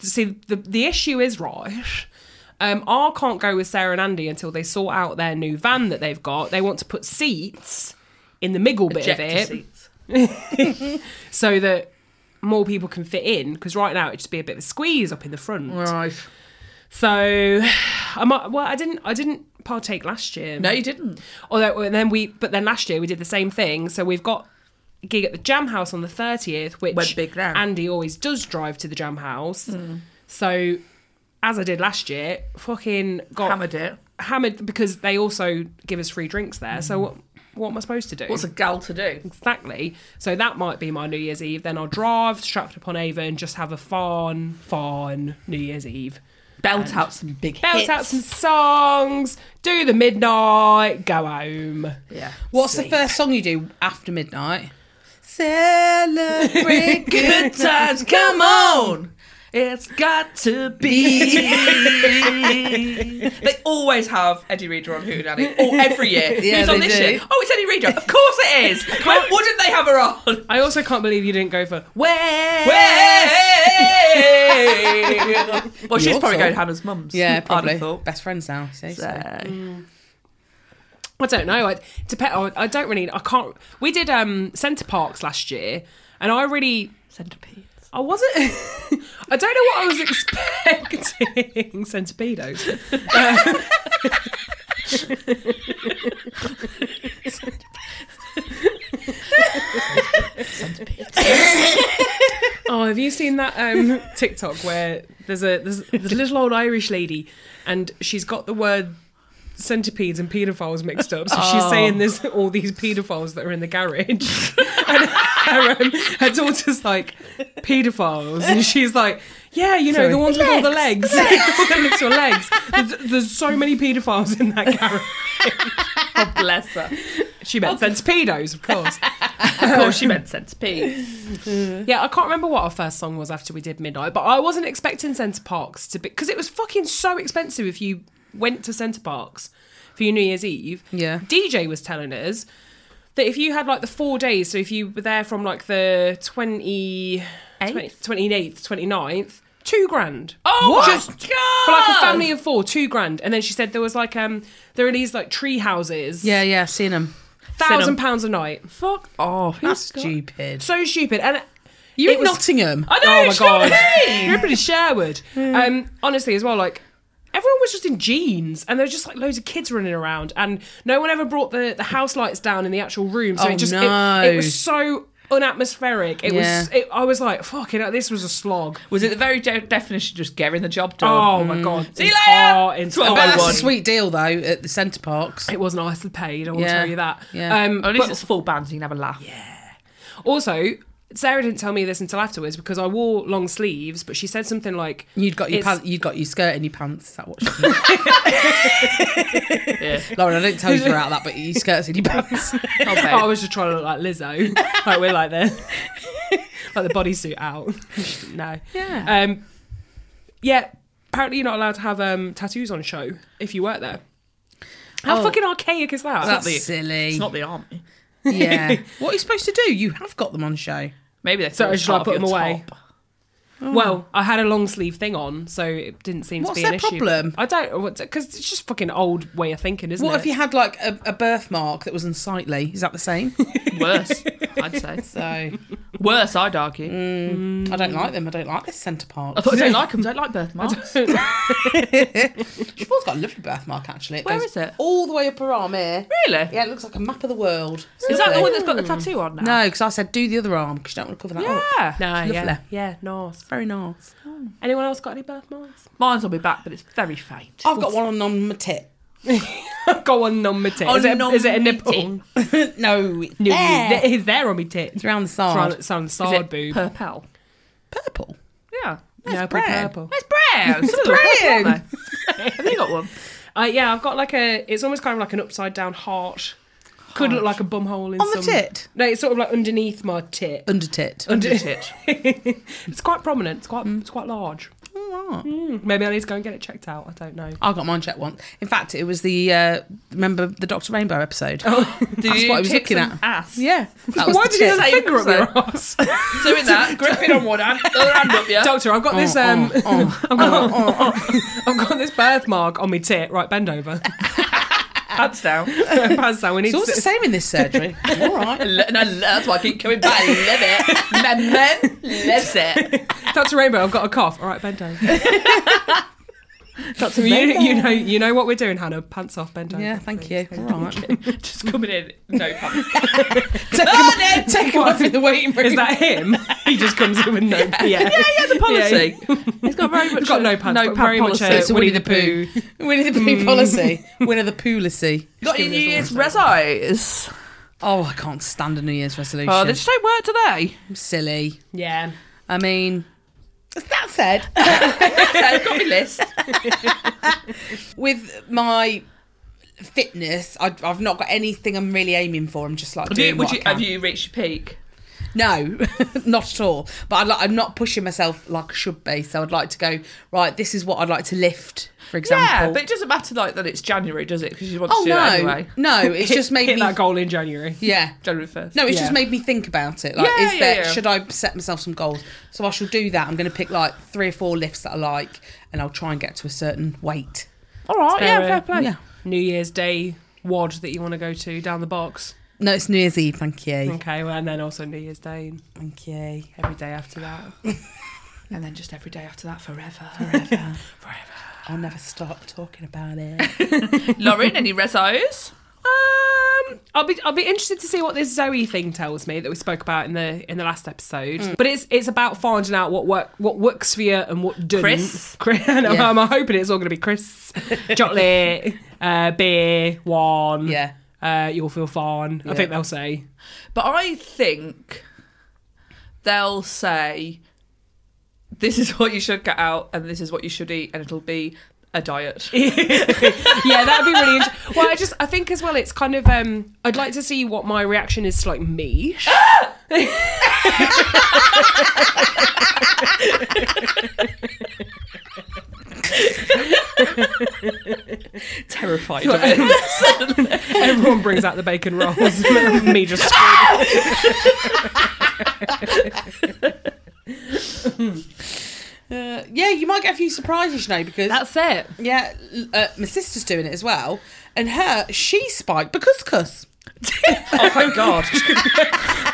Speaker 2: see the the issue is right. Um, I can't go with Sarah and Andy until they sort out their new van that they've got. They want to put seats in the miggle bit of
Speaker 1: Ejector
Speaker 2: it
Speaker 1: seats.
Speaker 2: so that more people can fit in. Because right now it'd just be a bit of a squeeze up in the front.
Speaker 1: Right.
Speaker 2: So I might. Well, I didn't. I didn't partake last year.
Speaker 1: No, you didn't.
Speaker 2: Although and then we, but then last year we did the same thing. So we've got a gig at the Jam House on the thirtieth, which
Speaker 1: Went big then. Hmm.
Speaker 2: Andy always does drive to the Jam House. So as I did last year, fucking got hammered,
Speaker 1: Hammered it.
Speaker 2: because they also give us free drinks there. So what, what am I supposed to do?
Speaker 1: Hmm. What's a gal to do?
Speaker 2: Exactly. So that might be my New Year's Eve. Then I'll drive to Stratford upon Avon, just have a fun, fun New Year's Eve.
Speaker 1: Um, Belt out some big
Speaker 2: Belt
Speaker 1: hits.
Speaker 2: out some songs, do the midnight, go home.
Speaker 1: Yeah.
Speaker 3: What's the first song you do after midnight? Celebrate
Speaker 1: Good times, come on! It's got to be. they always have Eddie Reader on Who Daddy, or every year.
Speaker 3: Yeah,
Speaker 1: Who's on
Speaker 3: they
Speaker 1: this
Speaker 3: do.
Speaker 1: year? Oh, it's Eddie Reader. Of course it is. Why wouldn't they have her on?
Speaker 2: I also can't believe you didn't go for
Speaker 3: Where?
Speaker 1: Way. well, she's probably
Speaker 3: Your fault.
Speaker 1: going to Hannah's mum's.
Speaker 3: Yeah,
Speaker 1: I'd
Speaker 3: probably.
Speaker 1: have thought.
Speaker 3: Best friends now. See, so.
Speaker 2: Mm.
Speaker 1: So.
Speaker 2: I don't know. I depend. I I don't really. I can't. We did um Centre Parks last year, and I really.
Speaker 1: Centipedes.
Speaker 2: I wasn't. I don't know what I was expecting. Centipedos. Uh, oh, have you seen that um, TikTok where there's a there's, there's a little old Irish lady, and she's got the word centipedes and paedophiles mixed up. So she's
Speaker 1: Oh.
Speaker 2: saying there's all these paedophiles that are in the garage. and her, um, her daughter's like, paedophiles. And she's like, yeah, you know,
Speaker 3: Sorry.
Speaker 2: the ones with all the legs. all the little legs. There's, there's so many paedophiles in that garage.
Speaker 1: Oh, bless her.
Speaker 2: She meant centipedos, of course.
Speaker 1: Of course, she meant centipedes.
Speaker 2: Yeah, I can't remember what our first song was after we did Midnight, but I wasn't expecting Centre Parks to be because it was fucking so expensive if you went to Centre Parks for your New Year's Eve.
Speaker 3: Yeah.
Speaker 2: DJ was telling us that if you had like the four days, so if you were there from like the 20,
Speaker 1: Eighth?
Speaker 2: 28th, 29th, two grand.
Speaker 1: Oh
Speaker 2: What?
Speaker 1: my
Speaker 2: Just
Speaker 1: god!
Speaker 2: for like a family of four, two grand. And then she said there was like, um, there are these like tree houses.
Speaker 3: Yeah, yeah, seen them.
Speaker 2: Thousand pounds a night.
Speaker 1: Fuck off.
Speaker 3: That's
Speaker 1: Oh, Who's got-
Speaker 3: stupid.
Speaker 2: So stupid. And
Speaker 3: You
Speaker 2: it
Speaker 3: in
Speaker 2: was-
Speaker 3: Nottingham?
Speaker 1: I know.
Speaker 2: oh my
Speaker 1: it's not
Speaker 2: god,
Speaker 1: me.
Speaker 2: everybody Sherwood. Um, honestly, as well, like everyone was just in jeans, and there was just like loads of kids running around, and no one ever brought the, the house lights down in the actual room, so
Speaker 3: Oh,
Speaker 2: it just
Speaker 3: no.
Speaker 2: it, it was so unatmospheric. It
Speaker 3: Yeah.
Speaker 2: was. It, I was like, fucking, hell, this was a slog.
Speaker 1: Was it the very de- definition of just getting the job
Speaker 2: Oh
Speaker 1: done?
Speaker 2: my god,
Speaker 1: See you
Speaker 2: it's
Speaker 1: later.
Speaker 2: hard,
Speaker 1: That's
Speaker 2: it's
Speaker 1: what I
Speaker 3: I
Speaker 2: hard.
Speaker 3: bet
Speaker 1: Oh,
Speaker 3: that's
Speaker 1: one.
Speaker 3: a sweet deal though at the centre parks.
Speaker 2: It was nicely paid. I will
Speaker 3: Yeah.
Speaker 2: tell you that.
Speaker 3: Yeah.
Speaker 2: Um,
Speaker 1: Oh, At least
Speaker 2: but
Speaker 1: it's full band, so you can have a laugh. Yeah.
Speaker 2: also. Sarah didn't tell me this until afterwards because I wore long sleeves, but she said something like,
Speaker 3: You'd got your
Speaker 2: It's-
Speaker 3: pants, you'd got your skirt and your pants. Is that what? She Lauren, I didn't tell you throughout that, but your skirts and your pants.
Speaker 2: Oh, I was just trying to look like Lizzo. like we're like the like the bodysuit out. no.
Speaker 1: Yeah.
Speaker 2: Um yeah, apparently you're not allowed to have um tattoos on show if you work there. How
Speaker 3: Oh.
Speaker 2: fucking archaic is that?
Speaker 3: That's
Speaker 1: the-
Speaker 3: silly.
Speaker 1: It's not the army.
Speaker 3: yeah. What are you supposed to do? You have got them on show.
Speaker 1: Maybe they
Speaker 2: So
Speaker 1: thought it was
Speaker 2: should I
Speaker 1: part
Speaker 2: put
Speaker 1: of
Speaker 2: them
Speaker 1: your
Speaker 2: away?
Speaker 1: top.
Speaker 2: Well, I had a long sleeve thing on, so it didn't seem
Speaker 3: What's
Speaker 2: to be an
Speaker 3: their
Speaker 2: issue.
Speaker 3: problem?
Speaker 2: I don't because it's just fucking old way of thinking, isn't
Speaker 3: What
Speaker 2: it?
Speaker 3: if you had like a, a birthmark that was unsightly? Is that the same?
Speaker 1: Worse, I'd say.
Speaker 3: so I
Speaker 1: Worse, I'd argue.
Speaker 3: don't like them. I don't like this centre park.
Speaker 1: I
Speaker 2: Mm.
Speaker 1: thought I don't like them. Don't like birthmarks.
Speaker 3: Siobhan's got a lovely birthmark actually. It
Speaker 1: Where
Speaker 3: goes
Speaker 1: is it?
Speaker 3: All the way up her arm here.
Speaker 1: Really?
Speaker 3: Yeah, it looks like a map of the world.
Speaker 1: Is that the
Speaker 3: Lovely.
Speaker 1: one that's got the
Speaker 2: Mm.
Speaker 1: tattoo on now?
Speaker 3: No, because I said do the other arm because you don't want to cover that up.
Speaker 2: yeah.
Speaker 1: No,
Speaker 3: Lovely.
Speaker 1: yeah.
Speaker 2: Yeah, nice.
Speaker 3: Very nice.
Speaker 2: Anyone else got any birthmarks?
Speaker 1: Mine's on my back, but it's very faint.
Speaker 3: I've got one on my tip.
Speaker 2: Go on, number tit. Is, it- is it a nipple?
Speaker 3: no, it's
Speaker 2: No,
Speaker 3: there.
Speaker 2: It's there on me tit.
Speaker 3: It's around the
Speaker 2: Trying
Speaker 3: side.
Speaker 2: to sound
Speaker 1: Is
Speaker 2: sard
Speaker 1: it
Speaker 2: boob.
Speaker 1: purple?
Speaker 3: Purple.
Speaker 1: Yeah.
Speaker 2: no,
Speaker 3: brown.
Speaker 2: purple.
Speaker 1: It's brown. It's brown.
Speaker 3: brown.
Speaker 1: Have you got one?
Speaker 2: Uh, yeah, I've got like a. It's almost kind of like an upside down heart. Could look like a bum hole in
Speaker 3: On the
Speaker 2: some-
Speaker 3: tit? Oh,
Speaker 2: No, it's sort of like underneath my tit.
Speaker 3: Under tit.
Speaker 1: Under it.
Speaker 2: it's quite prominent. It's quite.
Speaker 3: Mm.
Speaker 2: It's quite large.
Speaker 3: All right.
Speaker 2: Hmm, Maybe I need to go and get it checked out. I don't know.
Speaker 3: I got mine checked once. In fact, it was the uh, remember the Doctor Rainbow episode.
Speaker 1: Oh,
Speaker 3: That's what I was looking at.
Speaker 1: Ass.
Speaker 3: Yeah, that was
Speaker 2: Why
Speaker 3: the
Speaker 2: did you have
Speaker 3: tit.
Speaker 2: a finger up
Speaker 1: so-
Speaker 2: your ass?
Speaker 1: Doing that, gripping on one hand, other hand up, yeah.
Speaker 2: Doctor, I've got this.
Speaker 3: Oh,
Speaker 2: Um,
Speaker 3: oh, oh.
Speaker 2: I've got. I've got this birthmark on my tit. Right, bend over.
Speaker 1: Pants down.
Speaker 2: Pants down. We need.
Speaker 3: It's always
Speaker 2: to-
Speaker 3: the same in this surgery. All
Speaker 1: I
Speaker 3: right.
Speaker 1: lo- and I lo- that's why I keep coming back. I love it. My man loves it.
Speaker 2: Doctor Rainbow, I've got a cough. All right, bend over.
Speaker 1: Doctor,
Speaker 2: You, you know, you know what we're doing, Hannah. Pants off, bend over.
Speaker 3: Yeah, thank you. All right.
Speaker 1: just coming in, no pants.
Speaker 3: Take him, take him off in the waiting room.
Speaker 2: Is that him? He just comes in with no. Yeah, yeah,
Speaker 1: he has a policy. He's got very much
Speaker 2: got
Speaker 1: a-
Speaker 2: no pants,
Speaker 1: No pant
Speaker 2: but very much
Speaker 1: policy.
Speaker 2: a
Speaker 3: It's a
Speaker 2: Winnie
Speaker 3: Winnie
Speaker 2: the Pooh.
Speaker 3: Winnie the Pooh policy. Winnie the Pooh
Speaker 1: You got your
Speaker 2: Just
Speaker 1: New
Speaker 2: give me
Speaker 1: Year's
Speaker 2: this
Speaker 1: res eyes.
Speaker 3: Oh, I can't Oh, stand a New Year's resolution.
Speaker 1: Oh, they just don't work, do they?
Speaker 3: I'm silly.
Speaker 2: Yeah.
Speaker 3: I mean, That said,
Speaker 1: So I've got my list.
Speaker 3: with my fitness, I, I've not got anything I'm really aiming for. I'm just like
Speaker 1: Have
Speaker 3: doing
Speaker 1: you,
Speaker 3: what
Speaker 1: would you,
Speaker 3: I
Speaker 1: have
Speaker 3: can.
Speaker 1: you reached your peak?
Speaker 3: No, not at all. But I'd like, I'm not pushing myself like I should be. So I'd like to go right. This is what I'd like to lift, for example.
Speaker 1: Yeah, but it doesn't matter like that it's January, does it? Because you want to
Speaker 3: oh
Speaker 1: do
Speaker 3: no,
Speaker 1: it anyway.
Speaker 3: no, it's just made
Speaker 2: hit
Speaker 3: me.
Speaker 2: that goal in January.
Speaker 3: Yeah,
Speaker 1: January 1st.
Speaker 3: no, it's
Speaker 2: Yeah.
Speaker 3: just made me think about it. Like,
Speaker 1: Yeah,
Speaker 3: is
Speaker 1: yeah,
Speaker 3: there
Speaker 1: yeah.
Speaker 3: should I set myself some goals? So I shall do that. I'm going to pick like three or four lifts that I like, and I'll try and get to a certain weight.
Speaker 1: All right,
Speaker 2: Is there
Speaker 1: yeah,
Speaker 2: a-
Speaker 1: fair play.
Speaker 3: Yeah.
Speaker 2: New Year's Day wad that you want to go to down the box.
Speaker 3: No, it's New Year's Eve. Thank you.
Speaker 2: Okay, well, and then also New Year's Day and
Speaker 3: Thank you.
Speaker 2: every day after that.
Speaker 1: And then just every day after that, forever, forever, forever.
Speaker 3: I'll never stop talking about it.
Speaker 1: Lauren, any resos?
Speaker 2: Um, I'll be I'll be interested to see what this Zoe thing tells me that we spoke about in the in the last episode.
Speaker 3: Mm.
Speaker 2: But it's it's about finding out what work what works for you and what doesn't.
Speaker 1: Chris.
Speaker 2: Chris I know,
Speaker 3: Yeah.
Speaker 2: I'm hoping it's all going to be Chris, chocolate, uh, beer, wine.
Speaker 3: Yeah.
Speaker 2: Uh, you'll feel fine. I think
Speaker 3: Yeah.
Speaker 2: they'll say.
Speaker 1: But I think they'll say, this is what you should get out and this is what you should eat, and it'll be a diet.
Speaker 2: yeah, that'd be really interesting. Well, I just I think as well it's kind of um I'd like to see what my reaction is to like me.
Speaker 1: Terrified.
Speaker 2: Everyone brings out the bacon rolls. me just screaming.
Speaker 3: Uh, yeah, you might get a few surprises, you know, because
Speaker 2: That's it.
Speaker 3: yeah, l- uh, my sister's doing it as well, and her she spiked because cuss.
Speaker 1: oh, thank God.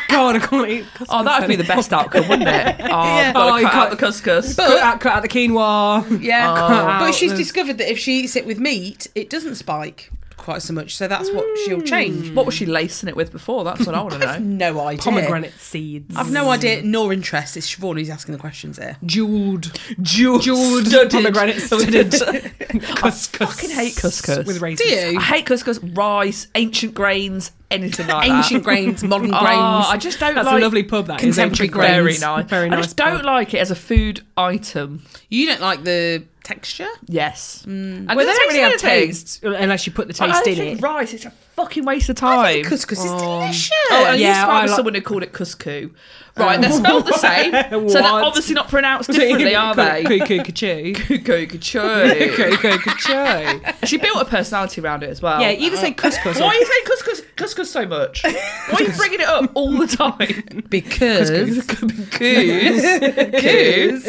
Speaker 2: God, I can't eat.
Speaker 1: Oh, that would be the best outcome, wouldn't it? Oh, I've
Speaker 2: Oh,
Speaker 1: got to
Speaker 2: you
Speaker 1: cut out the
Speaker 2: can't-
Speaker 1: couscous.
Speaker 2: cut out, cut out the quinoa.
Speaker 3: Yeah,
Speaker 2: Oh.
Speaker 3: but she's
Speaker 2: Outlets.
Speaker 3: discovered that if she eats it with meat, it doesn't spike quite so much. So that's what she'll
Speaker 1: Hmm.
Speaker 3: change.
Speaker 1: What was she lacing it with before? That's what I want to know.
Speaker 3: No idea.
Speaker 2: Pomegranate seeds.
Speaker 3: I've no idea, nor interest. It's Siobhan who's asking the questions here.
Speaker 2: Jeweled.
Speaker 1: Jewel,
Speaker 2: Jeweled
Speaker 1: studded.
Speaker 2: pomegranate studded. couscous. I
Speaker 1: fucking hate couscous.
Speaker 2: With raisins.
Speaker 3: Do you?
Speaker 1: I hate couscous, rice, ancient grains, anything like that.
Speaker 3: Ancient grains, modern
Speaker 1: Oh,
Speaker 3: grains.
Speaker 1: I just don't
Speaker 2: That's
Speaker 1: like
Speaker 2: a lovely pub, that is.
Speaker 3: Contemporary
Speaker 2: Ancient
Speaker 1: Very
Speaker 2: Grains.
Speaker 1: nice.
Speaker 2: Very
Speaker 1: I
Speaker 2: nice.
Speaker 1: just don't
Speaker 2: pub.
Speaker 1: like it as a food item.
Speaker 3: You don't like the texture?
Speaker 1: Yes. Mm. And
Speaker 2: Well, they
Speaker 1: does it
Speaker 2: don't really have
Speaker 1: taste anything?
Speaker 2: taste unless you put the
Speaker 1: I
Speaker 2: taste
Speaker 1: don't
Speaker 2: in
Speaker 1: think
Speaker 2: it.
Speaker 1: rice, it's a fucking waste of time.
Speaker 3: Couscous is delicious.
Speaker 1: Oh, and
Speaker 2: Yeah,
Speaker 1: yeah,
Speaker 2: I
Speaker 1: was
Speaker 2: like- Oh.
Speaker 1: someone who called it couscous. Right, they're spelled the same, so they're
Speaker 2: What?
Speaker 1: obviously not pronounced differently, are they?
Speaker 2: Cuckoo, cuckoo.
Speaker 1: Cuckoo, cuckoo.
Speaker 2: Cuckoo, cuckoo.
Speaker 1: She built a personality around it as well.
Speaker 2: Yeah, either say couscous
Speaker 1: Why are
Speaker 2: or
Speaker 1: you saying couscous, couscous so much? Why are you bringing it up all the time?
Speaker 3: Because
Speaker 1: Couscous.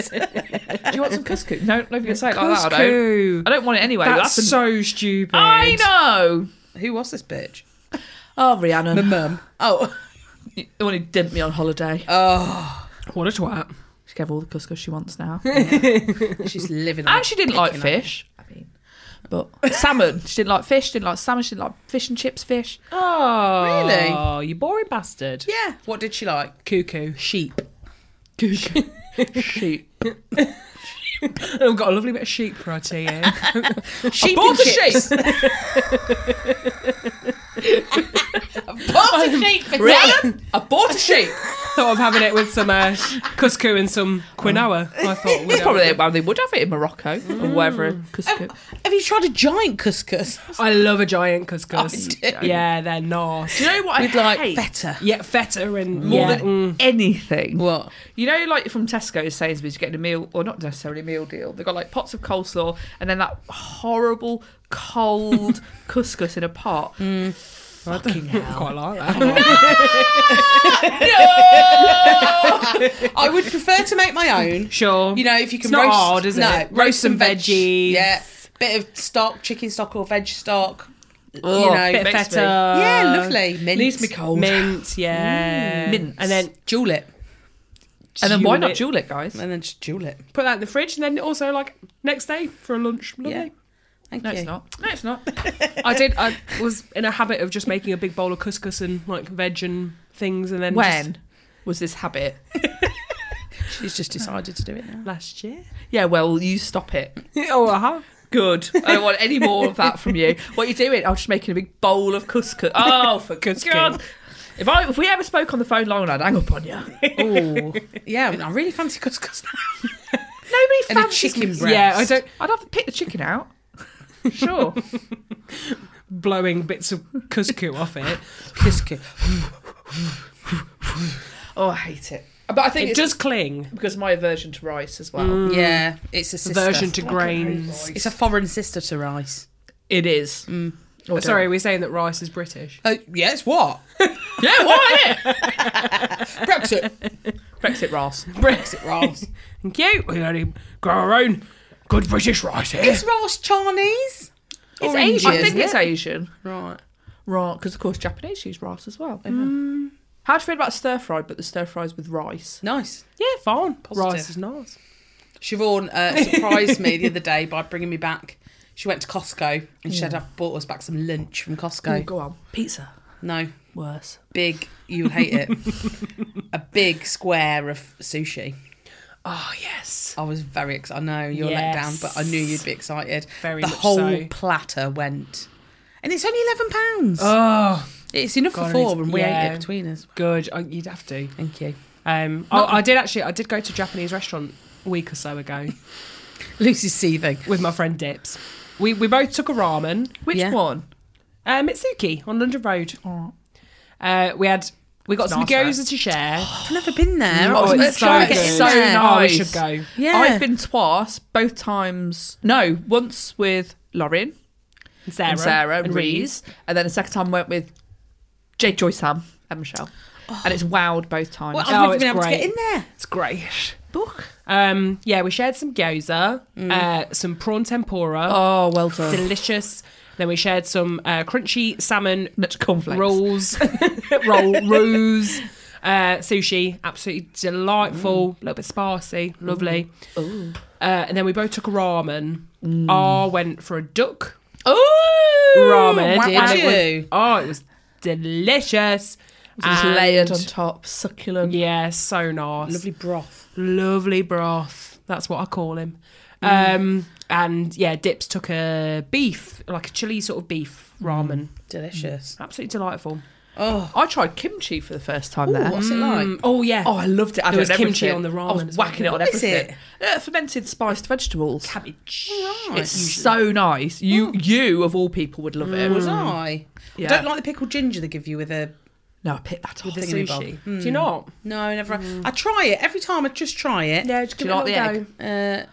Speaker 1: Couscous. Do you want some couscous? No, don't even say it like that. I don't.
Speaker 2: couscous.
Speaker 1: I don't want it anyway.
Speaker 2: That's
Speaker 1: That's, a-
Speaker 2: so stupid.
Speaker 1: I know.
Speaker 3: who was this bitch?
Speaker 1: Oh, Rihanna.
Speaker 3: My mum. Oh,
Speaker 1: the one who dimped me on holiday.
Speaker 3: oh,
Speaker 2: What a twat.
Speaker 1: She gave all the couscous she wants now.
Speaker 3: she's living.
Speaker 1: and
Speaker 3: it.
Speaker 1: she didn't like fish. I mean, but salmon. She didn't like fish. Didn't like salmon. She didn't like fish and chips. Fish.
Speaker 2: Oh,
Speaker 3: Really?
Speaker 2: Oh, you boring bastard.
Speaker 3: Yeah. What did she like?
Speaker 2: Cuckoo.
Speaker 3: Sheep.
Speaker 1: Sheep.
Speaker 2: I've got a lovely bit of sheep for our tea here.
Speaker 3: Sheep.
Speaker 1: bought
Speaker 3: and
Speaker 1: a
Speaker 3: chips. I bought a sheep for
Speaker 1: Rihanna. I bought a sheep.
Speaker 2: Thought of having it with some uh, couscous and some quinoa. I thought
Speaker 1: That's probably where they would have it in Morocco or wherever. Couscous.
Speaker 3: Have you tried a giant couscous?
Speaker 2: I love a giant couscous.
Speaker 3: I do.
Speaker 2: Yeah, they're nice.
Speaker 1: Do you know what I
Speaker 3: With like
Speaker 1: hate?
Speaker 3: feta.
Speaker 2: Yeah, feta and
Speaker 1: more
Speaker 2: yeah.
Speaker 1: than anything.
Speaker 3: What?
Speaker 1: You know, like from Tesco's, Sainsbury's, you're getting a meal, or not necessarily a meal deal. They've got like pots of coleslaw and then that horrible cold couscous in a pot.
Speaker 3: Mm.
Speaker 1: Fucking
Speaker 2: Mm,
Speaker 1: hell.
Speaker 2: quite like that.
Speaker 3: I would prefer to make my own.
Speaker 2: sure.
Speaker 3: You know, if you can
Speaker 2: It's not
Speaker 3: roast,
Speaker 2: hard, is
Speaker 3: no,
Speaker 2: it? Roast
Speaker 3: roast some
Speaker 2: some veggies.
Speaker 3: Yeah, bit of stock, chicken stock or veg stock.
Speaker 1: Ugh,
Speaker 3: you know,
Speaker 2: Oh, bit of
Speaker 1: Makes
Speaker 2: feta.
Speaker 1: me-
Speaker 3: yeah, lovely. Mint.
Speaker 1: Leaves me cold.
Speaker 2: Mint, yeah.
Speaker 1: Mint.
Speaker 2: Mm. And then
Speaker 3: Jewel it,
Speaker 1: And then why
Speaker 2: Julep.
Speaker 1: not jewel it, guys?
Speaker 3: and then just jewel it.
Speaker 2: put that in the fridge and then also like next day for a lunch. Lovely.
Speaker 3: Yeah. Thank
Speaker 1: No,
Speaker 3: you.
Speaker 1: it's not. No, it's not.
Speaker 2: I did. I was in a habit of just making a big bowl of couscous and like veg and things, and then just-
Speaker 1: When was this habit?
Speaker 3: She's just decided to do it now.
Speaker 2: last year.
Speaker 1: Yeah, well, you stop it.
Speaker 2: oh, uh huh.
Speaker 1: Good. I don't want any more of that from you. What are you doing? I'm just making a big bowl of couscous. Oh, for
Speaker 2: Couscous.
Speaker 1: God. If, I, if we ever spoke on the phone long, I'd hang up on you.
Speaker 3: Oh, yeah. I mean, I really fancy couscous now.
Speaker 1: really
Speaker 3: And a
Speaker 1: fancy
Speaker 3: chicken
Speaker 1: some-
Speaker 3: breast.
Speaker 2: Yeah, I don't
Speaker 1: I'd have to pick the chicken out. Sure.
Speaker 2: blowing bits of couscous off it.
Speaker 3: Couscous.
Speaker 1: oh, I hate it. Mm. But I think
Speaker 2: It
Speaker 1: it's
Speaker 2: does cling.
Speaker 1: because of my aversion to rice as well.
Speaker 3: Yeah, it's a sister.
Speaker 2: Version Mm. to
Speaker 1: grains.
Speaker 2: grains.
Speaker 3: It's a foreign sister to rice.
Speaker 1: It is. Oh,
Speaker 2: Sorry, we're saying that rice is British.
Speaker 3: Uh, yeah, it's what?
Speaker 1: don't- Yeah, what is it?
Speaker 3: Brexit.
Speaker 1: Brexit rice.
Speaker 2: Brexit.
Speaker 3: rice.
Speaker 2: Thank you. We only grow our own good British rice here.
Speaker 3: It's rice Chinese.
Speaker 1: It's
Speaker 3: Asian,
Speaker 1: I think
Speaker 3: isn't
Speaker 1: it's Asian.
Speaker 3: Right.
Speaker 1: Right, because of course Japanese use rice as well. Mm. How do you feel about stir fried, but the stir fries with rice?
Speaker 3: Nice.
Speaker 2: yeah, fine.
Speaker 3: Positive.
Speaker 2: Rice is nice.
Speaker 3: Siobhan uh, surprised me the other day by bringing me back. She went to Costco and she had have bought us back some lunch from
Speaker 1: Oh,
Speaker 3: Costco.
Speaker 1: go on. Pizza.
Speaker 3: no,
Speaker 1: Worse.
Speaker 3: big, you'll hate it. a big square of sushi.
Speaker 2: Oh
Speaker 1: Ah,
Speaker 2: yes.
Speaker 3: I was very excited. I know you're let down, but I knew you'd be excited.
Speaker 2: Very
Speaker 3: the
Speaker 2: much
Speaker 3: whole
Speaker 2: so.
Speaker 3: platter went, and it's only eleven pounds.
Speaker 2: Oh,
Speaker 3: it's enough
Speaker 2: God, I
Speaker 3: for
Speaker 2: need
Speaker 3: four,
Speaker 2: to-
Speaker 3: and we ate
Speaker 2: yeah.
Speaker 3: it between us.
Speaker 2: good. Oh, you'd have to.
Speaker 3: Thank you,
Speaker 2: Um, I, I did actually. I did go to a Japanese restaurant a week or so ago
Speaker 3: Lucy's seething.
Speaker 2: with my friend Dips. We we both took a ramen.
Speaker 1: Which
Speaker 3: Yeah.
Speaker 1: one? Oh.
Speaker 2: Uh, Mitsuki on London Road. Uh, we had we got
Speaker 1: It's
Speaker 2: some
Speaker 1: nice,
Speaker 2: gyoza to share.
Speaker 3: I've never been there. I
Speaker 1: Oh,
Speaker 3: was
Speaker 1: it's
Speaker 3: gonna
Speaker 1: so
Speaker 3: try and
Speaker 1: good.
Speaker 3: get
Speaker 1: It's
Speaker 3: in
Speaker 1: so
Speaker 3: there.
Speaker 1: nice.
Speaker 2: Oh, we should go.
Speaker 3: Yeah,
Speaker 1: I've been twice, both times. No, once with Lauren
Speaker 2: And Sarah
Speaker 1: and Sarah and,
Speaker 2: and
Speaker 1: Reese, and then the second time went with Jake, Joyce, Sam, and Michelle. And it's wowed both times.
Speaker 3: Well, I've
Speaker 2: Oh,
Speaker 3: never
Speaker 2: it's
Speaker 3: been able to get
Speaker 2: great.
Speaker 3: in there.
Speaker 2: It's great. Um, yeah, we shared some gyoza, uh, some prawn tempura.
Speaker 1: oh, well done.
Speaker 2: delicious. Then we shared some uh, crunchy salmon
Speaker 1: Nuts cornflakes.
Speaker 2: rolls, roll rolls, uh, sushi. Absolutely delightful. A little bit spicy, lovely. Uh, and then we both took a ramen. R went for a duck
Speaker 1: Oh,
Speaker 2: ramen.
Speaker 3: did
Speaker 2: and it
Speaker 3: you?
Speaker 2: was- oh, it was delicious.
Speaker 1: Just
Speaker 2: And-
Speaker 1: layered on top, succulent.
Speaker 2: Yeah, so nice.
Speaker 3: Lovely broth.
Speaker 2: lovely broth. That's what I call him. Um, and yeah, Dips took a beef, like a chili sort of beef ramen.
Speaker 3: Delicious.
Speaker 2: Absolutely delightful.
Speaker 3: Oh,
Speaker 1: I tried kimchi for the first time
Speaker 3: Ooh,
Speaker 1: there.
Speaker 3: what's it like?
Speaker 2: Oh yeah.
Speaker 1: Oh, I loved it. I
Speaker 2: There was kimchi
Speaker 1: everything.
Speaker 2: on the ramen
Speaker 1: I
Speaker 2: as
Speaker 1: was
Speaker 2: well.
Speaker 1: whacking it on
Speaker 3: What is
Speaker 1: everything. Uh, fermented spiced vegetables.
Speaker 2: cabbage.
Speaker 3: Right.
Speaker 1: It's so nice. You, you of all people, would love it.
Speaker 3: was I?
Speaker 1: Yeah.
Speaker 3: I don't like the pickled ginger they give you with a.
Speaker 1: No, I picked that up.
Speaker 2: The
Speaker 3: Thingy
Speaker 2: sushi.
Speaker 3: bob.
Speaker 2: Do you not?
Speaker 3: No, never. I try it every time. I just try it.
Speaker 2: Yeah, just
Speaker 1: Do you
Speaker 2: give it a
Speaker 1: like
Speaker 2: little
Speaker 1: the
Speaker 2: go.
Speaker 3: Uh,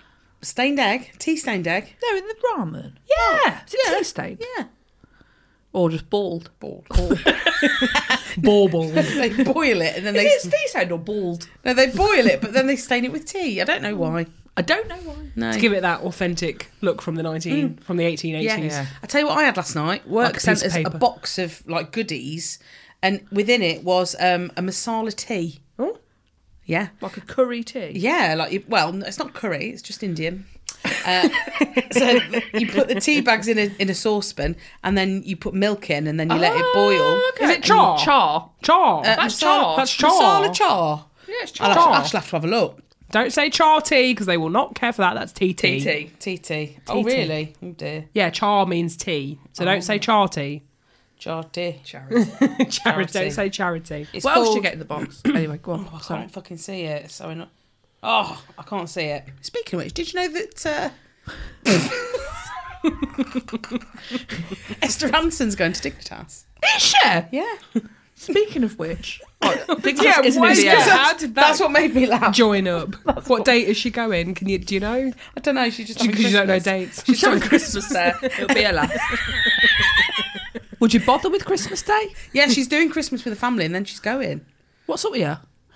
Speaker 3: stained egg, tea stained egg.
Speaker 1: No, in the ramen.
Speaker 2: Yeah.
Speaker 1: Is it tea stained?
Speaker 3: Yeah,
Speaker 1: Or just bald?
Speaker 3: bald.
Speaker 2: Bauble.
Speaker 3: they boil it and then they
Speaker 1: Is it tea stained or bald?
Speaker 3: no, they boil it, but then they stain it with tea. I don't know why.
Speaker 1: I don't know why.
Speaker 3: No.
Speaker 2: to give it that authentic look from the 19 from the 1880s.
Speaker 3: yeah. I tell you what I had last night.
Speaker 2: Like a
Speaker 3: Work
Speaker 2: piece
Speaker 3: sent
Speaker 2: of
Speaker 3: us a
Speaker 2: paper.
Speaker 3: box of like goodies, and within it was um, a masala tea.
Speaker 2: Oh.
Speaker 3: Yeah.
Speaker 1: Like a curry tea.
Speaker 3: Yeah, like you, well, it's not curry; it's just Indian. Uh, so you put the tea bags in a in a saucepan, and then you put milk in, and then you let it boil. Uh,
Speaker 1: Oh, okay.
Speaker 2: Is it
Speaker 1: And
Speaker 2: char?
Speaker 1: Char.
Speaker 2: Char.
Speaker 1: that's
Speaker 3: masala-
Speaker 1: char.
Speaker 2: That's Uh, char.
Speaker 3: Masala char.
Speaker 1: Yeah, it's
Speaker 3: I'll,
Speaker 1: char.
Speaker 3: actually, I'll actually have to have a look.
Speaker 2: Don't say char tea because they will not care for that. That's tea tea.
Speaker 1: tea.
Speaker 3: Tea tea. Oh
Speaker 2: Tea tea.
Speaker 3: really? Oh dear.
Speaker 2: Yeah, char means tea. So don't say char tea.
Speaker 3: Char tea.
Speaker 2: charity.
Speaker 3: Charity.
Speaker 2: Don't say charity.
Speaker 3: It's
Speaker 1: What else do you
Speaker 3: called-
Speaker 1: Oh, get in the box? anyway, go on.
Speaker 3: Oh, I
Speaker 1: Sorry.
Speaker 3: can't fucking see it. So I not. Oh, I can't see it. Speaking of which, did you know that uh, Esther Hanson's going to Dignitas?
Speaker 1: Isha!
Speaker 3: Yeah,
Speaker 1: Speaking of which, oh,
Speaker 2: Yeah,
Speaker 1: yeah, isn't
Speaker 2: why
Speaker 1: in
Speaker 2: is
Speaker 1: the
Speaker 2: this
Speaker 1: air.
Speaker 2: a- how did that-
Speaker 3: that's what made me laugh.
Speaker 2: Join up. what, date is she going? Can you do you know?
Speaker 3: I don't know. She just having
Speaker 2: Because you don't know
Speaker 3: Christmas.
Speaker 2: dates.
Speaker 3: She's having
Speaker 1: Christmas there. It'll be a laugh. Would you bother with Christmas Day?
Speaker 3: Yeah, she's doing Christmas with the family and then she's going.
Speaker 1: What's up with you?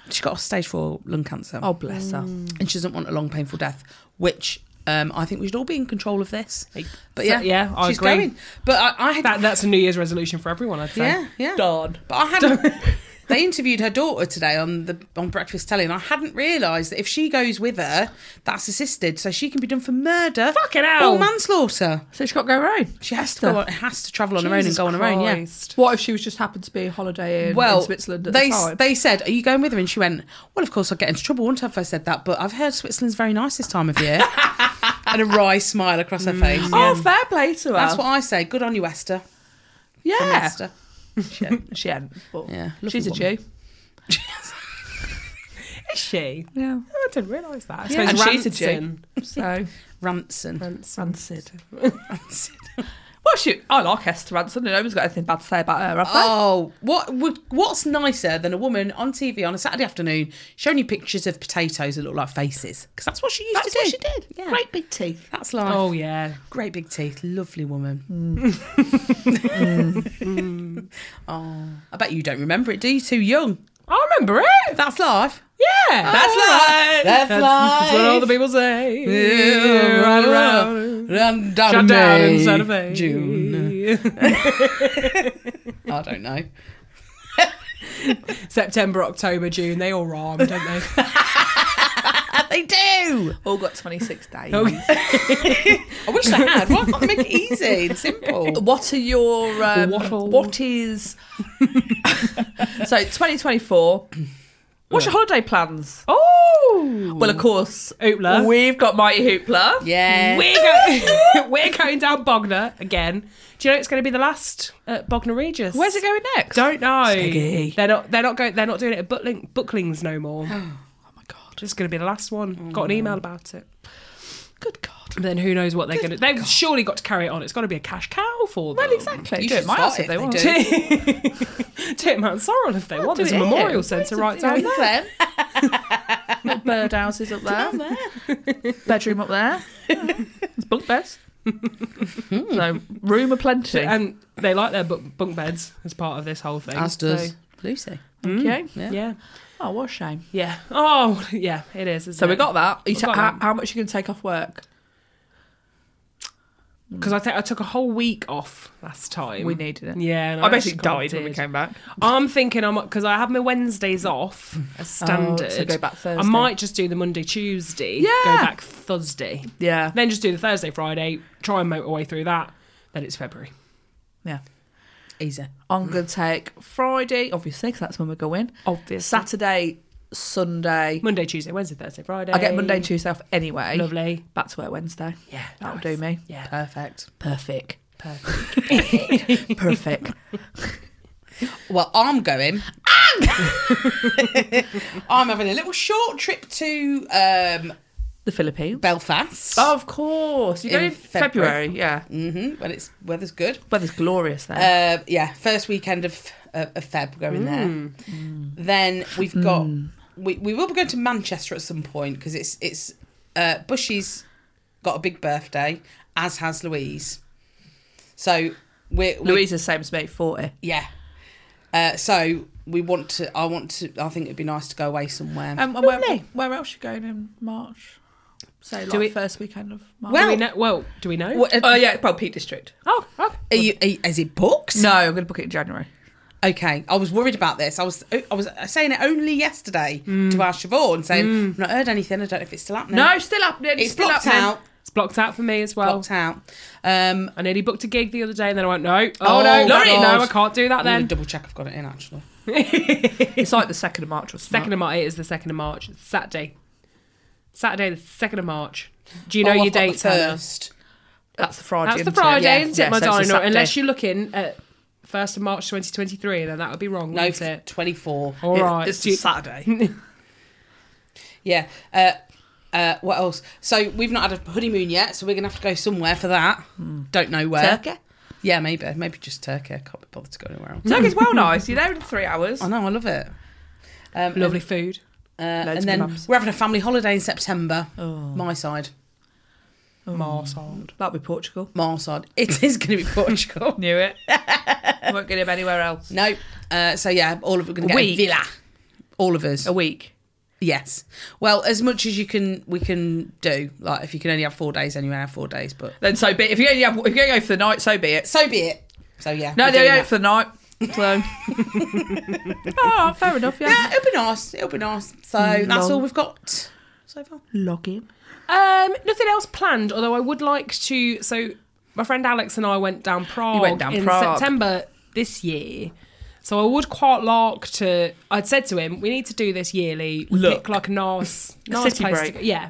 Speaker 3: She got off stage four lung cancer Mm.
Speaker 1: Oh, bless her.
Speaker 3: and she doesn't want a long, painful death, which um, I think we should all be in control of this. But
Speaker 2: So-
Speaker 3: yeah,
Speaker 2: yeah, I
Speaker 3: she's
Speaker 2: agree.
Speaker 3: going. But I, I had,
Speaker 2: That that's a New Year's resolution for everyone, I'd say.
Speaker 3: yeah, yeah.
Speaker 1: Dawn.
Speaker 3: But I hadn't. they interviewed her daughter today on the on breakfast telly, and I hadn't realised that if she goes with her, that's assisted, so she can be done for murder,
Speaker 2: Fucking hell.
Speaker 3: or manslaughter.
Speaker 1: So she's got to go her own.
Speaker 3: She has to go on, has to travel on her own and
Speaker 2: Jesus
Speaker 3: go on her own. Yeah.
Speaker 2: Christ.
Speaker 1: What if she was just happened to be holiday in,
Speaker 3: Well,
Speaker 1: in Switzerland at
Speaker 3: they
Speaker 1: the time?
Speaker 3: they said, "Are you going with her?" And she went, "Well, of course, I'd get into trouble, wouldn't I, if I said that?" But I've heard Switzerland's very nice this time of year, and a wry smile across her face.
Speaker 1: oh, fair play to her.
Speaker 3: That's what I say. Good on you, Esther. From
Speaker 1: yeah.
Speaker 3: Esther.
Speaker 1: She hadn't. She hadn't but
Speaker 3: Yeah, lovely
Speaker 1: she's a
Speaker 3: woman.
Speaker 1: Jew.
Speaker 2: Is she?
Speaker 1: Yeah.
Speaker 2: I didn't realise that. I
Speaker 1: Yeah.
Speaker 2: suppose
Speaker 1: And
Speaker 2: Ranson.
Speaker 1: she's a Jew. So
Speaker 3: Ranson.
Speaker 2: Ranson.
Speaker 1: rancid. Well, shoot, I like Esther Ranson. No one's got anything bad to say about her, have they?
Speaker 3: Oh, what would what's nicer than a woman on TV on a Saturday afternoon showing you pictures of potatoes that look like faces? Because that's what she used
Speaker 1: That's
Speaker 3: to do.
Speaker 1: what she did.
Speaker 3: Yeah.
Speaker 1: Great big teeth.
Speaker 3: That's life.
Speaker 2: Oh yeah.
Speaker 3: Great big teeth, lovely woman. oh, I bet you don't remember it, do you? Too young.
Speaker 2: I remember it.
Speaker 3: That's life.
Speaker 2: Yeah.
Speaker 3: That's life. That's
Speaker 2: That's what all the
Speaker 3: life.
Speaker 2: people say. Yeah, right around.
Speaker 3: Run down
Speaker 2: Shut
Speaker 3: in
Speaker 2: down
Speaker 3: May,
Speaker 2: in Santa Fe.
Speaker 3: June. I don't know.
Speaker 2: September, October, June. They all rhyme, don't they?
Speaker 3: They do.
Speaker 1: All got 26 days.
Speaker 2: Oh!
Speaker 3: I wish they had. Why can't they make it easy and simple?
Speaker 1: What are your um,
Speaker 2: Waffle.
Speaker 1: what is so 2024? What's your holiday plans?
Speaker 2: oh.
Speaker 1: Well, of course,
Speaker 2: Hoopla.
Speaker 1: We've got Mighty Hoopla.
Speaker 3: Yeah.
Speaker 2: We're, go- we're going down Bognor again. Do you know it's going to be the last at Bognor Regis?
Speaker 1: Where's it going next?
Speaker 2: Don't know.
Speaker 1: Skeggy.
Speaker 2: They're not. They're not going. They're not doing it at Butling, Booklings no more. oh my god! It's going to be the last one. Got an email about it.
Speaker 1: Mm. Good God.
Speaker 2: But then who knows what they're going to? They've surely got to carry it on. It's got to be a cash cow for them.
Speaker 1: Well, exactly.
Speaker 3: You
Speaker 1: do it
Speaker 3: should
Speaker 1: my
Speaker 3: start
Speaker 1: house if
Speaker 3: it,
Speaker 1: they
Speaker 3: they
Speaker 1: want.
Speaker 3: do.
Speaker 2: Take Mount Sorrel if they want.
Speaker 1: do
Speaker 2: There's a
Speaker 1: it here.
Speaker 2: memorial centre right down there.
Speaker 1: Little bird houses up there. Bedroom up there. It's bunk beds. no, room aplenty. plenty.
Speaker 2: And they like their bu- bunk beds as part of this whole thing.
Speaker 3: As does Lucy.
Speaker 1: okay.
Speaker 2: Yeah.
Speaker 3: Yeah.
Speaker 2: yeah.
Speaker 1: Oh, what a shame.
Speaker 2: Oh, yeah. It is.
Speaker 1: So we got that. You
Speaker 2: We've
Speaker 1: ta-
Speaker 2: got
Speaker 1: how,
Speaker 2: that.
Speaker 1: how much you going to take off work?
Speaker 2: because I think I took a whole week off last time.
Speaker 1: Mm. We needed it.
Speaker 2: Yeah, and
Speaker 1: I basically
Speaker 2: actually
Speaker 1: died when we
Speaker 2: did.
Speaker 1: came back.
Speaker 2: I'm thinking I'm because I have my Wednesdays off as standard.
Speaker 1: Oh, so go back Thursday.
Speaker 2: I might just do the Monday, Tuesday.
Speaker 1: Yeah.
Speaker 2: Go back Thursday.
Speaker 1: Yeah.
Speaker 2: Then just do the Thursday, Friday. Try and motor way through that. Then it's February.
Speaker 1: Yeah.
Speaker 3: Easy.
Speaker 1: I'm going to take Friday, obviously, because that's when we're going.
Speaker 2: Obviously.
Speaker 1: Saturday, Sunday.
Speaker 2: Monday, Tuesday, Wednesday, Thursday, Friday.
Speaker 1: I get Monday and Tuesday off anyway.
Speaker 2: Lovely.
Speaker 1: Back to work Wednesday.
Speaker 2: Yeah.
Speaker 1: That'll
Speaker 2: nice.
Speaker 1: do Uh, me.
Speaker 2: Yeah.
Speaker 3: Perfect.
Speaker 1: Perfect.
Speaker 2: Perfect.
Speaker 1: Perfect.
Speaker 3: Well, I'm going. I'm having a little short trip to um,
Speaker 1: the Philippines. Oh,
Speaker 3: Belfast.
Speaker 1: of course. You go
Speaker 3: In
Speaker 1: in February. Mm. Yeah.
Speaker 3: Mm-hmm, when it's weather's good.
Speaker 1: Weather's glorious there.
Speaker 3: Uh, yeah, first weekend of uh, of Feb we're going there. Then we've got we, we will be going to Manchester at some point because it's it's uh, Bushy's got a big birthday, as has Louise. So we're, we're
Speaker 1: Louisa's same as me, 40.
Speaker 3: yeah. Uh, so we want to. I want to. I think it'd be nice to go away somewhere.
Speaker 1: Um, and where, where else you going in March? Say, like,
Speaker 2: we-
Speaker 1: first weekend of March.
Speaker 2: Do
Speaker 3: Well-
Speaker 2: we know? Well, do we know?
Speaker 3: What-
Speaker 1: oh, yeah, well, Peak District.
Speaker 2: Oh, okay.
Speaker 3: Are you, are you- is it booked?
Speaker 1: No, I'm going to book it in January.
Speaker 3: Okay, I was worried about this. I was I was saying it only yesterday to our Siobhan, saying I've not heard anything. I don't know if it's still happening.
Speaker 1: No, still happening.
Speaker 3: it's
Speaker 1: still
Speaker 3: blocked
Speaker 1: happening.
Speaker 3: out.
Speaker 2: It's blocked out for me as well.
Speaker 3: Blocked out. Um,
Speaker 2: I nearly booked a gig the other day, and then I went, no, oh,
Speaker 3: Oh,
Speaker 2: no,
Speaker 3: Lorry,
Speaker 2: no,
Speaker 3: God.
Speaker 2: I can't do that.
Speaker 3: I'm
Speaker 1: Mm.
Speaker 3: gonna
Speaker 2: Then
Speaker 3: double check I've got it in actually.
Speaker 1: It's like the 2nd of March or something.
Speaker 2: second of March it is the second of March. It's Saturday, Saturday the second of March. Do you know
Speaker 3: oh,
Speaker 2: your
Speaker 3: I've got the
Speaker 2: dates? Hannah?
Speaker 3: first.
Speaker 1: That's the Friday.
Speaker 2: That's the
Speaker 1: isn't it?
Speaker 2: Friday,
Speaker 1: Yeah.
Speaker 2: isn't
Speaker 1: Yeah,
Speaker 2: it?
Speaker 1: so
Speaker 2: My
Speaker 1: it's a
Speaker 2: darling,
Speaker 1: Saturday.
Speaker 2: unless you're looking at first of March, twenty twenty three, then that would be wrong,
Speaker 3: No,
Speaker 2: wouldn't it?
Speaker 3: twenty four.
Speaker 2: All
Speaker 1: It-
Speaker 2: right,
Speaker 1: it's
Speaker 2: Do you-
Speaker 1: Saturday.
Speaker 3: Yeah. Uh, uh, what else? So we've not had a honeymoon yet, so we're gonna have to go somewhere for that. Don't know where.
Speaker 1: Turkey.
Speaker 3: Yeah, maybe, maybe just Turkey. I can't be bothered to go anywhere else.
Speaker 1: Turkey's well nice. You're there in three hours.
Speaker 3: I know, I love it. Um,
Speaker 2: lovely food.
Speaker 3: And, uh,
Speaker 1: Loads
Speaker 3: and
Speaker 1: of
Speaker 3: then
Speaker 1: kebabs.
Speaker 3: we're having a family holiday in September.
Speaker 1: Oh,
Speaker 3: My side,
Speaker 2: Marsard.
Speaker 1: That'll be Portugal.
Speaker 3: my side. It is going to be Portugal.
Speaker 1: Oh, Knew it. won't get him anywhere else.
Speaker 3: no. Uh, so yeah, all of we're going to get
Speaker 1: Week.
Speaker 3: a villa. All of us.
Speaker 1: A week.
Speaker 3: Yes. Well, as much as you can, we can do. Like, if you can only have four days, anyway, have four days. But
Speaker 1: Then so be it. If you only have, if you only go for the night, so be it.
Speaker 3: so be it. So yeah.
Speaker 1: No,
Speaker 3: we're
Speaker 1: they
Speaker 3: doing
Speaker 1: only go
Speaker 3: that.
Speaker 1: for the night. So. oh, fair enough. Yeah.
Speaker 3: Yeah, it'll be nice. It'll be nice. So that's
Speaker 1: Mm, Long.
Speaker 3: all we've got so far.
Speaker 1: Log in.
Speaker 2: Um, nothing else planned, although I would like to. So, my friend Alex and I went down Prague
Speaker 1: went down
Speaker 2: in
Speaker 1: Prague.
Speaker 2: September this year. So I would quite like to. I'd said to him, we need to do this yearly. We
Speaker 1: Look.
Speaker 2: pick like a nice,
Speaker 1: A
Speaker 2: nice
Speaker 1: city
Speaker 2: place
Speaker 1: break.
Speaker 2: to go. Yeah.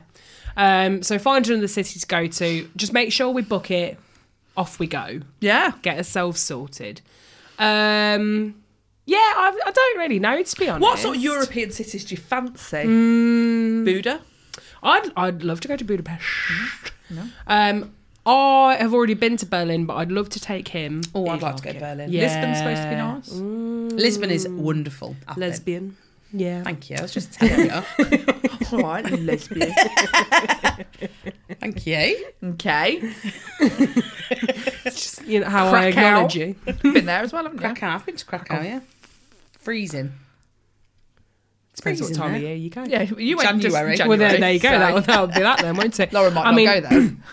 Speaker 2: Um, so find another city to go to. Just make sure we book it. Off we go.
Speaker 1: Yeah.
Speaker 2: Get ourselves sorted. Um, yeah, I, I don't really know to be
Speaker 1: Mm.
Speaker 2: honest. Hmm.
Speaker 1: What sort of European cities do you fancy? Buda.
Speaker 2: I'd I'd love to go to Budapest. Um, I have already been to Berlin, but I'd love to take him.
Speaker 3: Oh, I'd
Speaker 2: He'd
Speaker 3: like to go
Speaker 2: it.
Speaker 3: to Berlin.
Speaker 2: Yeah.
Speaker 1: Lisbon's supposed to be nice.
Speaker 3: Lisbon is wonderful. I've been.
Speaker 2: Lesbian. Yeah.
Speaker 3: Thank you. I was just telling you.
Speaker 1: All right, you lesbian.
Speaker 3: Thank you.
Speaker 1: okay,
Speaker 2: Just, you know how I
Speaker 1: Krakow.
Speaker 2: acknowledge you.
Speaker 1: been there as well, haven't you?
Speaker 3: Krakow. I've been to Krakow, yeah. Freezing.
Speaker 2: Depends what
Speaker 3: freezing
Speaker 2: time
Speaker 3: there.
Speaker 2: of year you go.
Speaker 1: Yeah, you went just
Speaker 3: January.
Speaker 1: January.
Speaker 2: Well, there, there you go.
Speaker 1: so-
Speaker 2: That, would- that would be that then, won't it?
Speaker 1: Laura might
Speaker 2: I
Speaker 1: not
Speaker 2: mean,
Speaker 1: go there.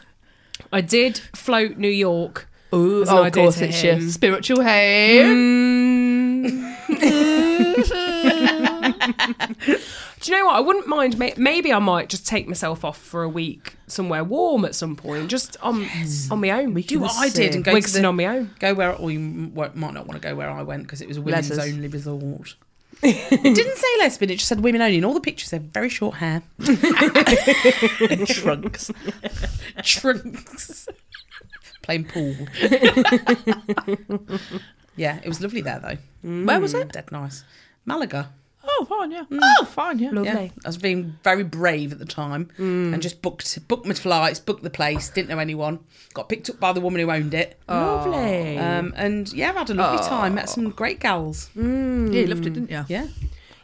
Speaker 2: I did float New York.
Speaker 1: Ooh,
Speaker 2: That's an
Speaker 1: oh, of
Speaker 2: idea
Speaker 1: course,
Speaker 2: to
Speaker 1: it's your
Speaker 2: him.
Speaker 1: spiritual home.
Speaker 2: Mm. Do you know what? I wouldn't mind. may- Maybe I might just take myself off for a week somewhere warm at some point, just on on my own. We
Speaker 3: Do what I did and go to
Speaker 2: Wigston
Speaker 3: the-
Speaker 2: on my own.
Speaker 3: Go where, or you m- w- might not want to go where I went because it was a women's
Speaker 1: Letters.
Speaker 3: only resort. it didn't say lesbian, it just said women only. And all the pictures had very short hair. and trunks. trunks. Playing pool. yeah, it was lovely there though.
Speaker 1: Where was
Speaker 2: Mm.
Speaker 1: it?
Speaker 3: Dead nice. Malaga.
Speaker 1: Oh, fine, yeah.
Speaker 3: Mm.
Speaker 1: Oh, fine, yeah.
Speaker 2: Lovely. Mm.
Speaker 3: Yeah, I was being very brave at the time and just booked booked my flights, booked the place, didn't know anyone. Got picked up by the woman who owned it.
Speaker 2: Lovely.
Speaker 3: Um, and yeah, I had a lovely time. Met some great gals.
Speaker 2: Mm.
Speaker 1: Yeah, you loved it, didn't you?
Speaker 3: Yeah,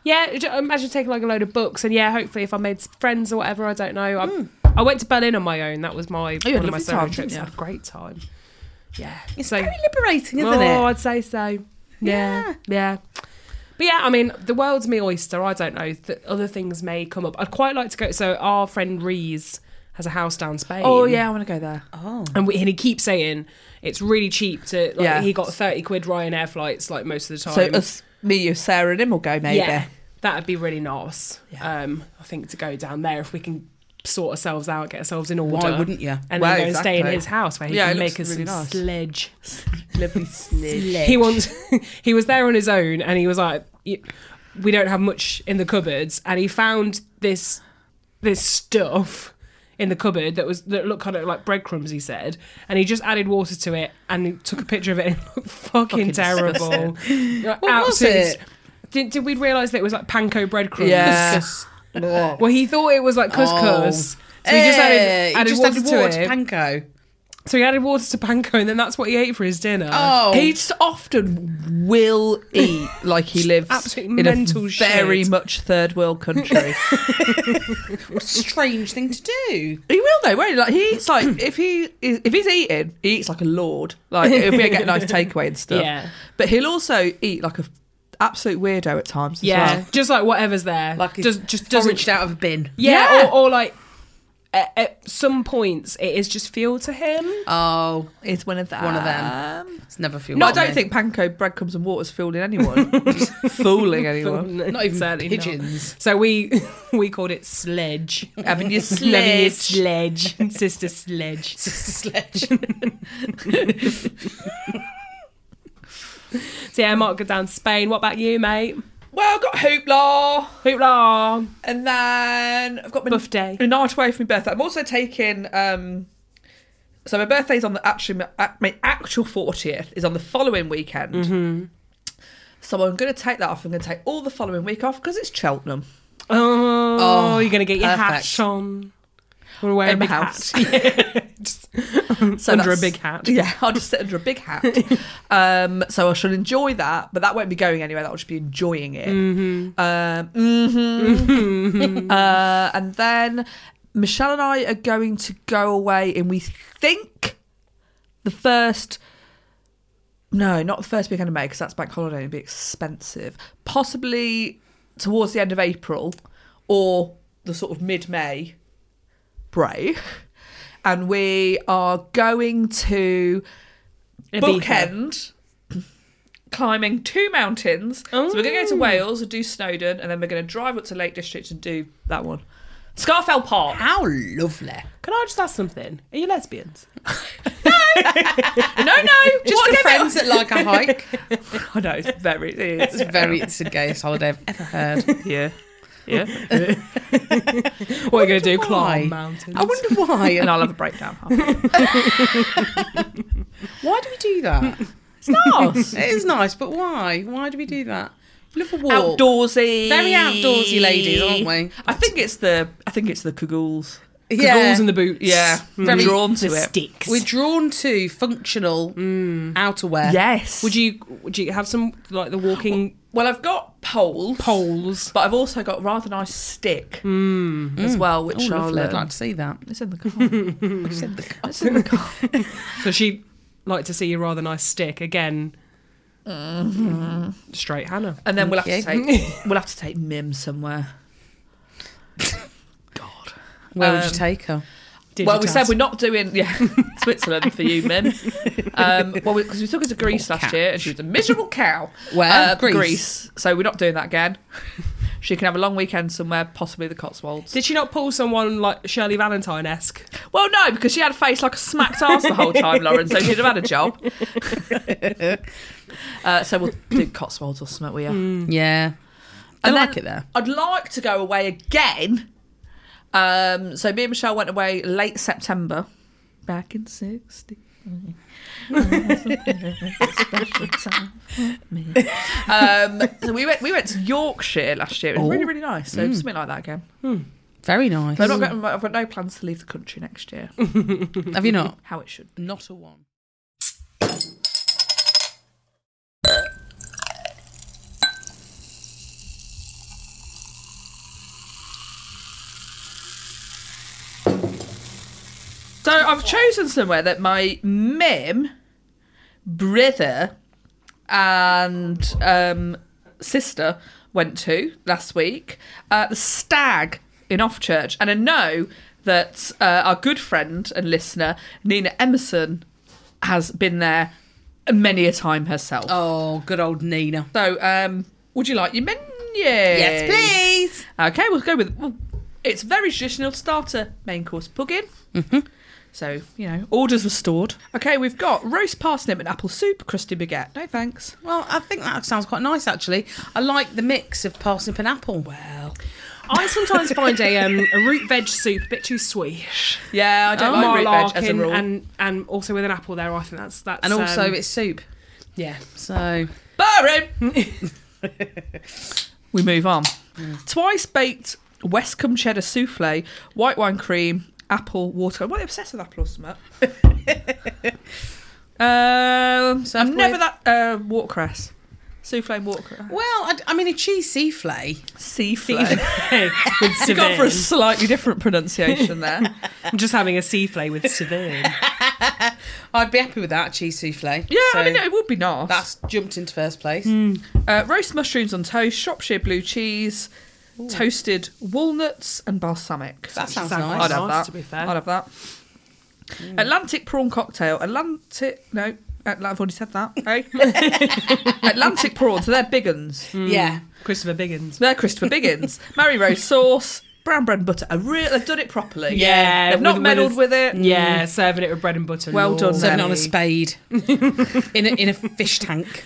Speaker 2: Yeah, j- imagine taking like a load of books, and yeah, hopefully if I made friends or whatever, I don't know. I, I went to Berlin on my own. That was my
Speaker 1: Mm. Oh, you had
Speaker 2: one
Speaker 1: a
Speaker 2: of my
Speaker 1: lovely
Speaker 2: solo
Speaker 1: time, didn't
Speaker 2: trips. I
Speaker 1: you?
Speaker 2: had a great time. Yeah,
Speaker 3: it's
Speaker 2: so-
Speaker 3: very liberating, isn't
Speaker 2: oh,
Speaker 3: it?
Speaker 2: I'd say so.
Speaker 3: Yeah.
Speaker 2: Yeah, yeah. But yeah, I mean, the world's me oyster. I don't know. Th- other things may come up. I'd quite like to go. So our friend Rees has a house down Spain.
Speaker 1: Oh, yeah, I want to go there.
Speaker 3: Oh,
Speaker 2: And, we, and he keeps saying it's really cheap to. Like,
Speaker 1: Yeah.
Speaker 2: He got thirty quid Ryanair flights like most of the time.
Speaker 1: So us, me, you, Sarah, and him will go maybe.
Speaker 2: Yeah, that'd be really nice.
Speaker 1: Yeah.
Speaker 2: Um, I think to go down there if we can sort ourselves out, get ourselves in order.
Speaker 3: why wouldn't you?
Speaker 2: And
Speaker 1: Well,
Speaker 2: then go and stay in
Speaker 1: exactly.
Speaker 2: his house where he
Speaker 1: Yeah,
Speaker 2: can
Speaker 1: it
Speaker 2: make us
Speaker 1: looks really
Speaker 2: some
Speaker 1: nice.
Speaker 2: sledge.
Speaker 1: Lovely sledge.
Speaker 2: He wants. he was there on his own, and he was like, "Y- "We don't have much in the cupboards," and he found this this stuff in the cupboard that was that looked kind of like breadcrumbs. He said, and he just added water to it, and he took a picture of it. and It looked
Speaker 1: Fucking
Speaker 2: fucking, terrible. Like,
Speaker 3: What was
Speaker 2: absolute-
Speaker 3: it?
Speaker 2: Did, did we realise that it was like panko breadcrumbs?
Speaker 1: Yeah.
Speaker 3: Oh.
Speaker 2: Well, he thought it was like couscous. So he
Speaker 3: Hey,
Speaker 2: just added, added
Speaker 3: Oh. Eh, just
Speaker 2: water,
Speaker 3: added
Speaker 2: to
Speaker 3: water to
Speaker 2: it.
Speaker 3: panko.
Speaker 2: so he added water to panko, and then that's what he ate for his dinner.
Speaker 3: Oh,
Speaker 1: He just often will eat like he lives
Speaker 2: Absolute
Speaker 1: in
Speaker 2: mental
Speaker 1: a very
Speaker 2: shit.
Speaker 1: much third world country.
Speaker 3: what a strange thing to do.
Speaker 1: he will though, won't he? Like he eats like if he is, if he's eating, he eats like a lord. Like if we get a nice takeaway and stuff.
Speaker 2: Yeah.
Speaker 1: But he'll also eat like a f- absolute weirdo at times. As
Speaker 2: Yeah,
Speaker 1: Well.
Speaker 2: just like whatever's there,
Speaker 3: Like
Speaker 2: like
Speaker 3: he's
Speaker 2: just just doesn't.
Speaker 3: Foraged out of a bin.
Speaker 2: Yeah,
Speaker 1: Yeah.
Speaker 2: Or, or like at, at some points it is just feel to him.
Speaker 3: Oh,
Speaker 1: It's one of them.
Speaker 3: One of them. it's never fuel.
Speaker 1: No, I
Speaker 3: for
Speaker 1: don't
Speaker 3: me.
Speaker 1: think panko breadcrumbs and water's fooling anyone. fooling anyone.
Speaker 3: Not even
Speaker 2: Certainly not.
Speaker 3: pigeons.
Speaker 2: So we we called it sledge.
Speaker 1: Having your
Speaker 2: Loving your
Speaker 1: sledge.
Speaker 2: sledge, sister sledge.
Speaker 3: Sledge.
Speaker 2: So yeah, I might go down to Spain. What about you, mate?
Speaker 1: Well, I've got hoopla,
Speaker 2: Hoopla!
Speaker 1: and then I've got my
Speaker 2: Buff day.
Speaker 1: a night away from my birthday. I'm also taking. Um, so my birthday's on the actually my, ac- my actual fortieth is on the following weekend. Mm-hmm. So I'm going to take that off. I'm going to take all the following week off because it's Cheltenham.
Speaker 2: Oh,
Speaker 3: Oh,
Speaker 2: you're gonna get your
Speaker 3: perfect.
Speaker 2: hat on. We're wearing
Speaker 1: In
Speaker 2: a big
Speaker 1: my house.
Speaker 2: hat. Yeah. Just
Speaker 1: So
Speaker 2: under a
Speaker 1: that's-
Speaker 2: big hat.
Speaker 1: Yeah, I'll just sit under a big hat. um, so I shall enjoy that, but that won't be going anywhere. That'll just be enjoying it.
Speaker 2: Mm-hmm.
Speaker 1: Um, mhm. uh, and then Michelle and I are going to go away, and we think the first. No, not the first weekend of May because that's bank holiday. It'd be expensive. Possibly towards the end of April or the sort of mid May break. And we are going to
Speaker 2: Ibiza.
Speaker 1: bookend climbing two mountains. So we're going to go to Wales and do Snowdon, and then we're going to drive up to Lake District and do that one. Scarfell Park.
Speaker 3: How lovely.
Speaker 2: Can I just ask something? Are you lesbians?
Speaker 1: No, no,
Speaker 3: Just
Speaker 1: what
Speaker 3: for
Speaker 1: give it-
Speaker 3: friends that like a hike.
Speaker 1: I know it's very, it's
Speaker 3: It's very. It's the gayest holiday I've ever heard.
Speaker 1: yeah, yeah.
Speaker 2: What are you going to do?
Speaker 3: why.
Speaker 2: Climb mountains?
Speaker 3: I wonder why.
Speaker 1: And I'll have a breakdown.
Speaker 3: Why do we do that?
Speaker 1: It's nice.
Speaker 3: it is nice, but why? Why do we do that? Love a walk.
Speaker 1: Outdoorsy,
Speaker 3: Very outdoorsy ladies, aren't we?
Speaker 1: I think it's the I think it's the cagoules.
Speaker 2: The
Speaker 3: Yeah.
Speaker 2: goals and the boots.
Speaker 1: Yeah,
Speaker 3: Very-
Speaker 1: drawn to
Speaker 2: The
Speaker 1: it.
Speaker 2: sticks.
Speaker 3: We're drawn to functional Mm. outerwear.
Speaker 1: Yes.
Speaker 2: would you would you have some like the walking
Speaker 1: Well, I've got poles,
Speaker 2: poles?
Speaker 1: but I've also got a rather nice stick as well,
Speaker 3: Oh,
Speaker 1: which I'll
Speaker 3: lovely. I'd
Speaker 1: um,
Speaker 3: like to see that. Mm-hmm.
Speaker 1: It's in the car. it's in the car.
Speaker 2: So she'd like to see a rather nice stick again. Straight Hannah.
Speaker 1: And then we'll have to
Speaker 3: Thank
Speaker 1: take we'll have to take Mim somewhere. God.
Speaker 3: Where would you
Speaker 1: Um,
Speaker 3: take her?
Speaker 1: Well, we
Speaker 2: Digitized.
Speaker 1: said we're not doing yeah Switzerland for you, Mim. Um, well, because we, took her to Greece last
Speaker 3: cat.
Speaker 1: year and she was a miserable cow.
Speaker 3: Where?
Speaker 1: Uh,
Speaker 3: Greece.
Speaker 1: So we're not doing that again. She can have a long weekend somewhere, possibly the Cotswolds.
Speaker 2: Did she not pull someone like Shirley Valentine esque?
Speaker 1: Well, no, because she had a face like a smacked ass the whole time, Lauren. So she'd have had a job. uh, so we'll do Cotswolds or something, will you?
Speaker 3: Yeah. I
Speaker 1: And
Speaker 3: like
Speaker 1: then-
Speaker 3: it there.
Speaker 1: I'd like to go away again. Um, so me and Michelle went away late September, back in sixty. um, so we went we went to Yorkshire last year. It was
Speaker 3: Oh.
Speaker 1: really really nice. So
Speaker 3: Mm.
Speaker 1: something like that again.
Speaker 3: Very nice.
Speaker 1: But I'm not going, I've got no plans to leave the country next year.
Speaker 3: Mm. Have you not?
Speaker 1: How it should. be.
Speaker 3: Not a one.
Speaker 1: So I've chosen somewhere that my mim, brother, and um, sister went to last week. Uh, the Stag in Offchurch, and I know that uh, our good friend and listener Nina Emerson has been there many a time herself.
Speaker 3: Oh, good old Nina.
Speaker 1: So, um, would you like your menu?
Speaker 3: Yes, please.
Speaker 1: Okay, we'll go with. Well, it's very traditional starter main course pudding. Mm-hmm. So you know, orders restored. Okay, we've got roast parsnip and apple soup, crusty baguette. No thanks.
Speaker 3: Well, I think that sounds quite nice actually. I like the mix of parsnip and apple.
Speaker 1: Well,
Speaker 2: I sometimes find a um, a root veg soup a bit too sweet.
Speaker 1: yeah, I don't like root veg as a
Speaker 2: Marlarkin
Speaker 1: rule.
Speaker 2: and and also with an apple there, I think that's that's
Speaker 3: And also,
Speaker 2: um,
Speaker 3: it's soup.
Speaker 2: yeah.
Speaker 3: So
Speaker 1: Boring. we move on. Twice baked West Cum cheddar souffle, white wine cream, apple water. What are they obsessed with apple or something? um,
Speaker 3: Served
Speaker 1: I'm never
Speaker 3: with-
Speaker 1: that uh, watercress. Souffle and watercress.
Speaker 3: well, I, I mean, a cheese souffle.
Speaker 1: Seaflay.
Speaker 2: with
Speaker 1: You've gone for a
Speaker 2: Severn.
Speaker 1: slightly different pronunciation there.
Speaker 2: I'm just having a seaflay with Severn.
Speaker 3: I'd be happy with that cheese souffle.
Speaker 1: Yeah,
Speaker 3: So
Speaker 1: I mean, it would be nice.
Speaker 3: that's jumped into first place.
Speaker 1: Uh, roast mushrooms on toast, Shropshire blue cheese, toasted walnuts, and balsamic.
Speaker 3: That sounds
Speaker 2: sounds
Speaker 3: nice.
Speaker 1: I'd
Speaker 2: quite
Speaker 1: have
Speaker 2: nice,
Speaker 1: that.
Speaker 2: to be fair.
Speaker 1: I'd have that. Atlantic prawn cocktail. Atlantic. No, Atl- I've already said that. Hey? Atlantic prawns. So they're Biggins.
Speaker 3: Hmm. Yeah,
Speaker 2: Christopher Biggins.
Speaker 1: They're Christopher Biggins. Mary Rose sauce. Brown bread and butter. A real, they've done it properly.
Speaker 2: Yeah,
Speaker 1: They've not
Speaker 2: with- with
Speaker 1: meddled
Speaker 2: us-
Speaker 1: with it.
Speaker 2: Yeah, serving it with bread and butter.
Speaker 1: Well done,
Speaker 2: Lord.
Speaker 3: serving it
Speaker 1: Lovely.
Speaker 3: on a spade in a, in a fish tank.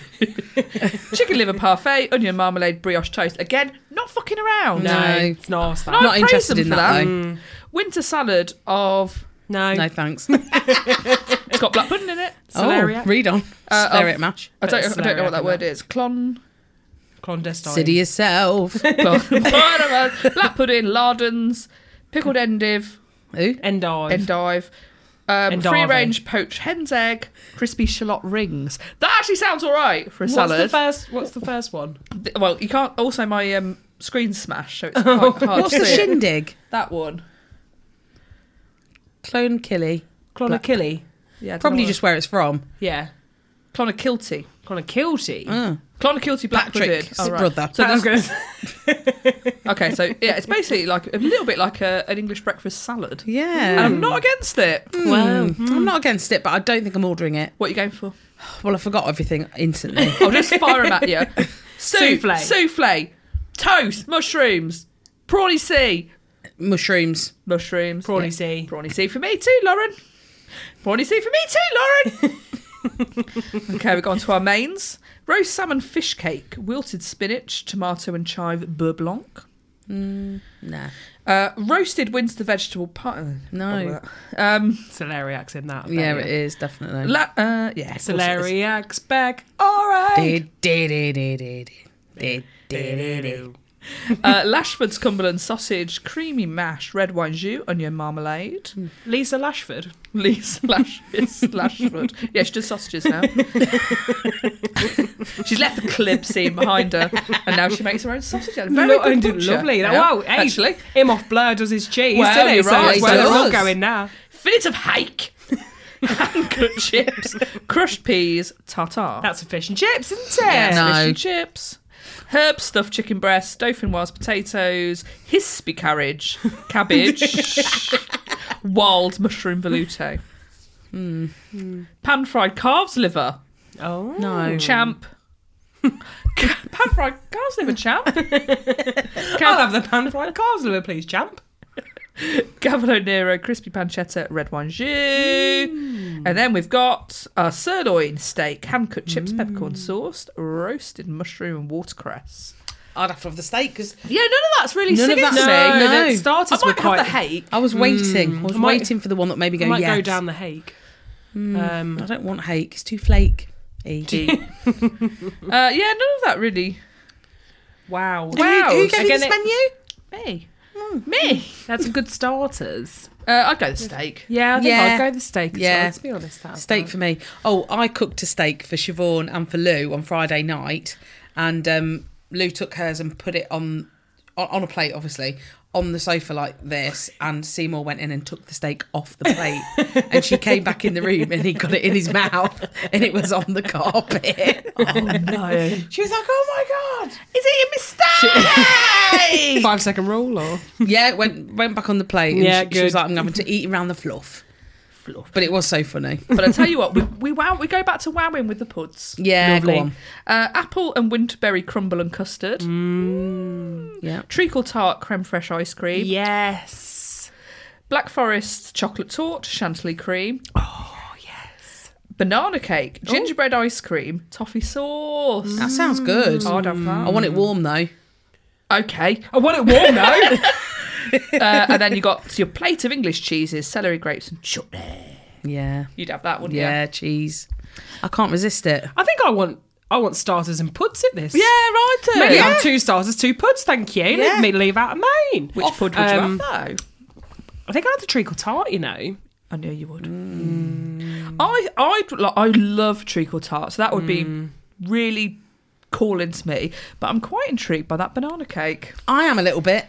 Speaker 1: Chicken liver parfait, onion marmalade, brioche toast. Again, not fucking around.
Speaker 2: No,
Speaker 3: No.
Speaker 2: it's not that.
Speaker 1: No,
Speaker 3: Not
Speaker 1: praise
Speaker 3: interested
Speaker 1: them
Speaker 3: in
Speaker 1: for
Speaker 3: that,
Speaker 1: that.
Speaker 3: though.
Speaker 1: Winter salad of
Speaker 2: No,
Speaker 3: No thanks.
Speaker 1: it's got black pudding in it.
Speaker 2: Celeriac.
Speaker 3: Oh, read on.
Speaker 1: Uh,
Speaker 3: Celeriac
Speaker 1: of-
Speaker 3: mash.
Speaker 1: I don't,
Speaker 2: Bit of
Speaker 1: I don't know what that
Speaker 2: celeriac
Speaker 1: word
Speaker 2: in
Speaker 1: is. Clon.
Speaker 2: clandestine.
Speaker 3: City yourself.
Speaker 1: clon whatever. black pudding, lardons, pickled endive,
Speaker 3: Ooh.
Speaker 2: Endive.
Speaker 1: endive, um,
Speaker 2: Endive.
Speaker 1: free range poached hen's egg, crispy shallot rings. That actually sounds all right for a
Speaker 2: What's
Speaker 1: salad.
Speaker 2: the first? What's the first one?
Speaker 1: Th- well, you can't. Also, my um, screen smash, so it's quite hard
Speaker 3: What's
Speaker 1: to
Speaker 3: the
Speaker 1: see it.
Speaker 3: shindig?
Speaker 1: That one.
Speaker 3: Clone Killy.
Speaker 2: Clonakilly.
Speaker 1: Yeah, I don't
Speaker 3: Probably
Speaker 1: know
Speaker 3: just where it's from.
Speaker 2: Yeah.
Speaker 1: what- Clonakilty.
Speaker 2: Clonakilty.
Speaker 3: Mm.
Speaker 1: Clonakilty black
Speaker 3: Patrick,
Speaker 1: pudding.
Speaker 3: his
Speaker 1: All right.
Speaker 3: brother.
Speaker 1: So that's
Speaker 2: good.
Speaker 1: Okay, so yeah, it's basically like a little bit like a, an English breakfast salad. And
Speaker 3: Yeah.
Speaker 1: I'm not against it.
Speaker 3: Wow. I'm not against it, but I don't think I'm ordering it.
Speaker 1: What are you going for?
Speaker 3: Well, I forgot everything instantly.
Speaker 1: I'll just fire them at you. Soup,
Speaker 2: Souffle.
Speaker 1: Souffle. Toast. Mushrooms. Prawny sea.
Speaker 3: Mushrooms.
Speaker 1: Mushrooms.
Speaker 2: Prawny
Speaker 1: Yeah.
Speaker 2: sea.
Speaker 1: Prawny sea for me too, Lauren. Prawny sea for me too, Lauren. okay, we've gone to our mains. Roast salmon fish cake. Wilted spinach, tomato and chive beurre blanc.
Speaker 3: Hmm. Nah.
Speaker 1: Uh, roasted Windsor vegetable pie.
Speaker 3: No.
Speaker 1: Um,
Speaker 2: Celeriac's in that. I bet
Speaker 3: Yeah,
Speaker 2: you.
Speaker 3: it is definitely.
Speaker 1: la- uh, yeah. of course it is.
Speaker 2: Celeriac's back. All right.
Speaker 3: Did, did, did, did, did. Did, did, did, did.
Speaker 1: Uh, Lashford's Cumberland sausage, creamy mash, red wine jus, onion marmalade.
Speaker 2: Lisa Lashford.
Speaker 1: Lisa Lashford. Lashford. Yeah, she does sausages now. She's left the clip scene behind her, and now she makes her own sausage. Very
Speaker 2: Not
Speaker 1: good
Speaker 2: only
Speaker 1: butcher.
Speaker 2: lovely. That,
Speaker 1: Yeah,
Speaker 2: wow, hey,
Speaker 1: actually,
Speaker 2: him off Blur does his cheese,
Speaker 1: Well,
Speaker 2: doesn't he?
Speaker 1: you're
Speaker 2: So
Speaker 1: right,
Speaker 2: that's
Speaker 1: he
Speaker 2: where they're all
Speaker 3: does.
Speaker 2: going now.
Speaker 1: fillets of hake, handcut chips, crushed peas, tartar.
Speaker 2: That's a fish and chips, isn't it?
Speaker 3: No.
Speaker 1: Fish and chips. Herb stuffed chicken breast, dauphinoise potatoes, hispy carriage, cabbage, wild mushroom velouté, pan fried calves liver,
Speaker 2: Oh.
Speaker 3: No.
Speaker 1: champ, pan fried calves liver champ,
Speaker 2: I'll have the pan fried calves liver, please, champ.
Speaker 1: Gavolo Nero crispy pancetta, red wine jus, and then we've got a sirloin steak, hand cut chips, peppercorn sauce, roasted mushroom and watercress.
Speaker 3: I'd have to have the steak because
Speaker 1: Yeah, none of that's really
Speaker 3: None of
Speaker 1: singing
Speaker 3: that's-
Speaker 1: to me.
Speaker 3: No, no.
Speaker 2: that
Speaker 1: I
Speaker 2: starters were
Speaker 1: might have the
Speaker 2: quite.
Speaker 1: hake.
Speaker 3: I was waiting. Mm. I was
Speaker 2: I might-
Speaker 3: waiting for the one that made me go,
Speaker 2: I might
Speaker 3: yes. Hmm.
Speaker 2: go down the Hague.
Speaker 3: I
Speaker 2: Um,
Speaker 3: don't want hake. It's too flake.
Speaker 1: uh, yeah, none of that really.
Speaker 2: wow.
Speaker 1: Wow.
Speaker 3: Who, who gave you
Speaker 2: Again,
Speaker 3: this
Speaker 2: it-
Speaker 3: menu?
Speaker 1: Me, me.
Speaker 2: That's some good starters.
Speaker 1: Uh, I'd go the steak.
Speaker 2: Yeah, I think
Speaker 3: Yeah.
Speaker 2: I'd go the steak. Yeah,
Speaker 3: Yeah.
Speaker 2: to be honest, that
Speaker 3: Steak for me. Oh, I cooked a steak for Siobhan and for Lou on Friday night, and um, Lou took hers and put it on, on on a plate, obviously, on the sofa like this. And Seymour went in and took the steak off the plate, and she came back in the room and he got it in his mouth, and it was on the carpet.
Speaker 1: No.
Speaker 3: She was like, "Oh my god!"
Speaker 1: Is it a mistake?
Speaker 2: Five second rule, or
Speaker 3: Yeah, it went went back on the plate, and
Speaker 2: Yeah,
Speaker 3: she, she was
Speaker 2: good.
Speaker 3: like, "I'm having to eat around the fluff."
Speaker 1: Fluff.
Speaker 3: But it was so funny.
Speaker 1: but I tell you what, we we, wow, we go back to wowing with the puds.
Speaker 3: Yeah,
Speaker 2: Lovely.
Speaker 3: go on.
Speaker 1: Uh, apple and winterberry crumble and custard.
Speaker 3: Yeah.
Speaker 1: Treacle tart creme fraiche ice cream.
Speaker 2: yes,
Speaker 1: Black Forest chocolate torte chantilly cream. Oh yes. Banana cake, gingerbread ice cream, toffee sauce.
Speaker 3: That sounds good.
Speaker 1: I'd have that.
Speaker 3: Mm. I want it warm though.
Speaker 1: Okay.
Speaker 2: I want it warm though.
Speaker 1: Uh, and then you got your plate of English cheeses, celery grapes, and chutney.
Speaker 3: Yeah.
Speaker 1: You'd have that, wouldn't
Speaker 3: Yeah, cheese. I can't resist it.
Speaker 2: I think I want I want starters and puds at this.
Speaker 1: you? Yeah, right. do.
Speaker 2: Maybe
Speaker 1: Yeah.
Speaker 2: I'm two starters, two puds. Thank you.
Speaker 3: Yeah.
Speaker 2: Let me leave out a main.
Speaker 1: Which pud would
Speaker 2: Um,
Speaker 1: you have though?
Speaker 2: I think I had the treacle tart. You know,
Speaker 1: I knew you would.
Speaker 3: Mm.
Speaker 1: I I like, I love treacle tart, so that would
Speaker 3: Mm.
Speaker 1: be really calling to me. But I'm quite intrigued by that banana cake.
Speaker 3: I am a little bit.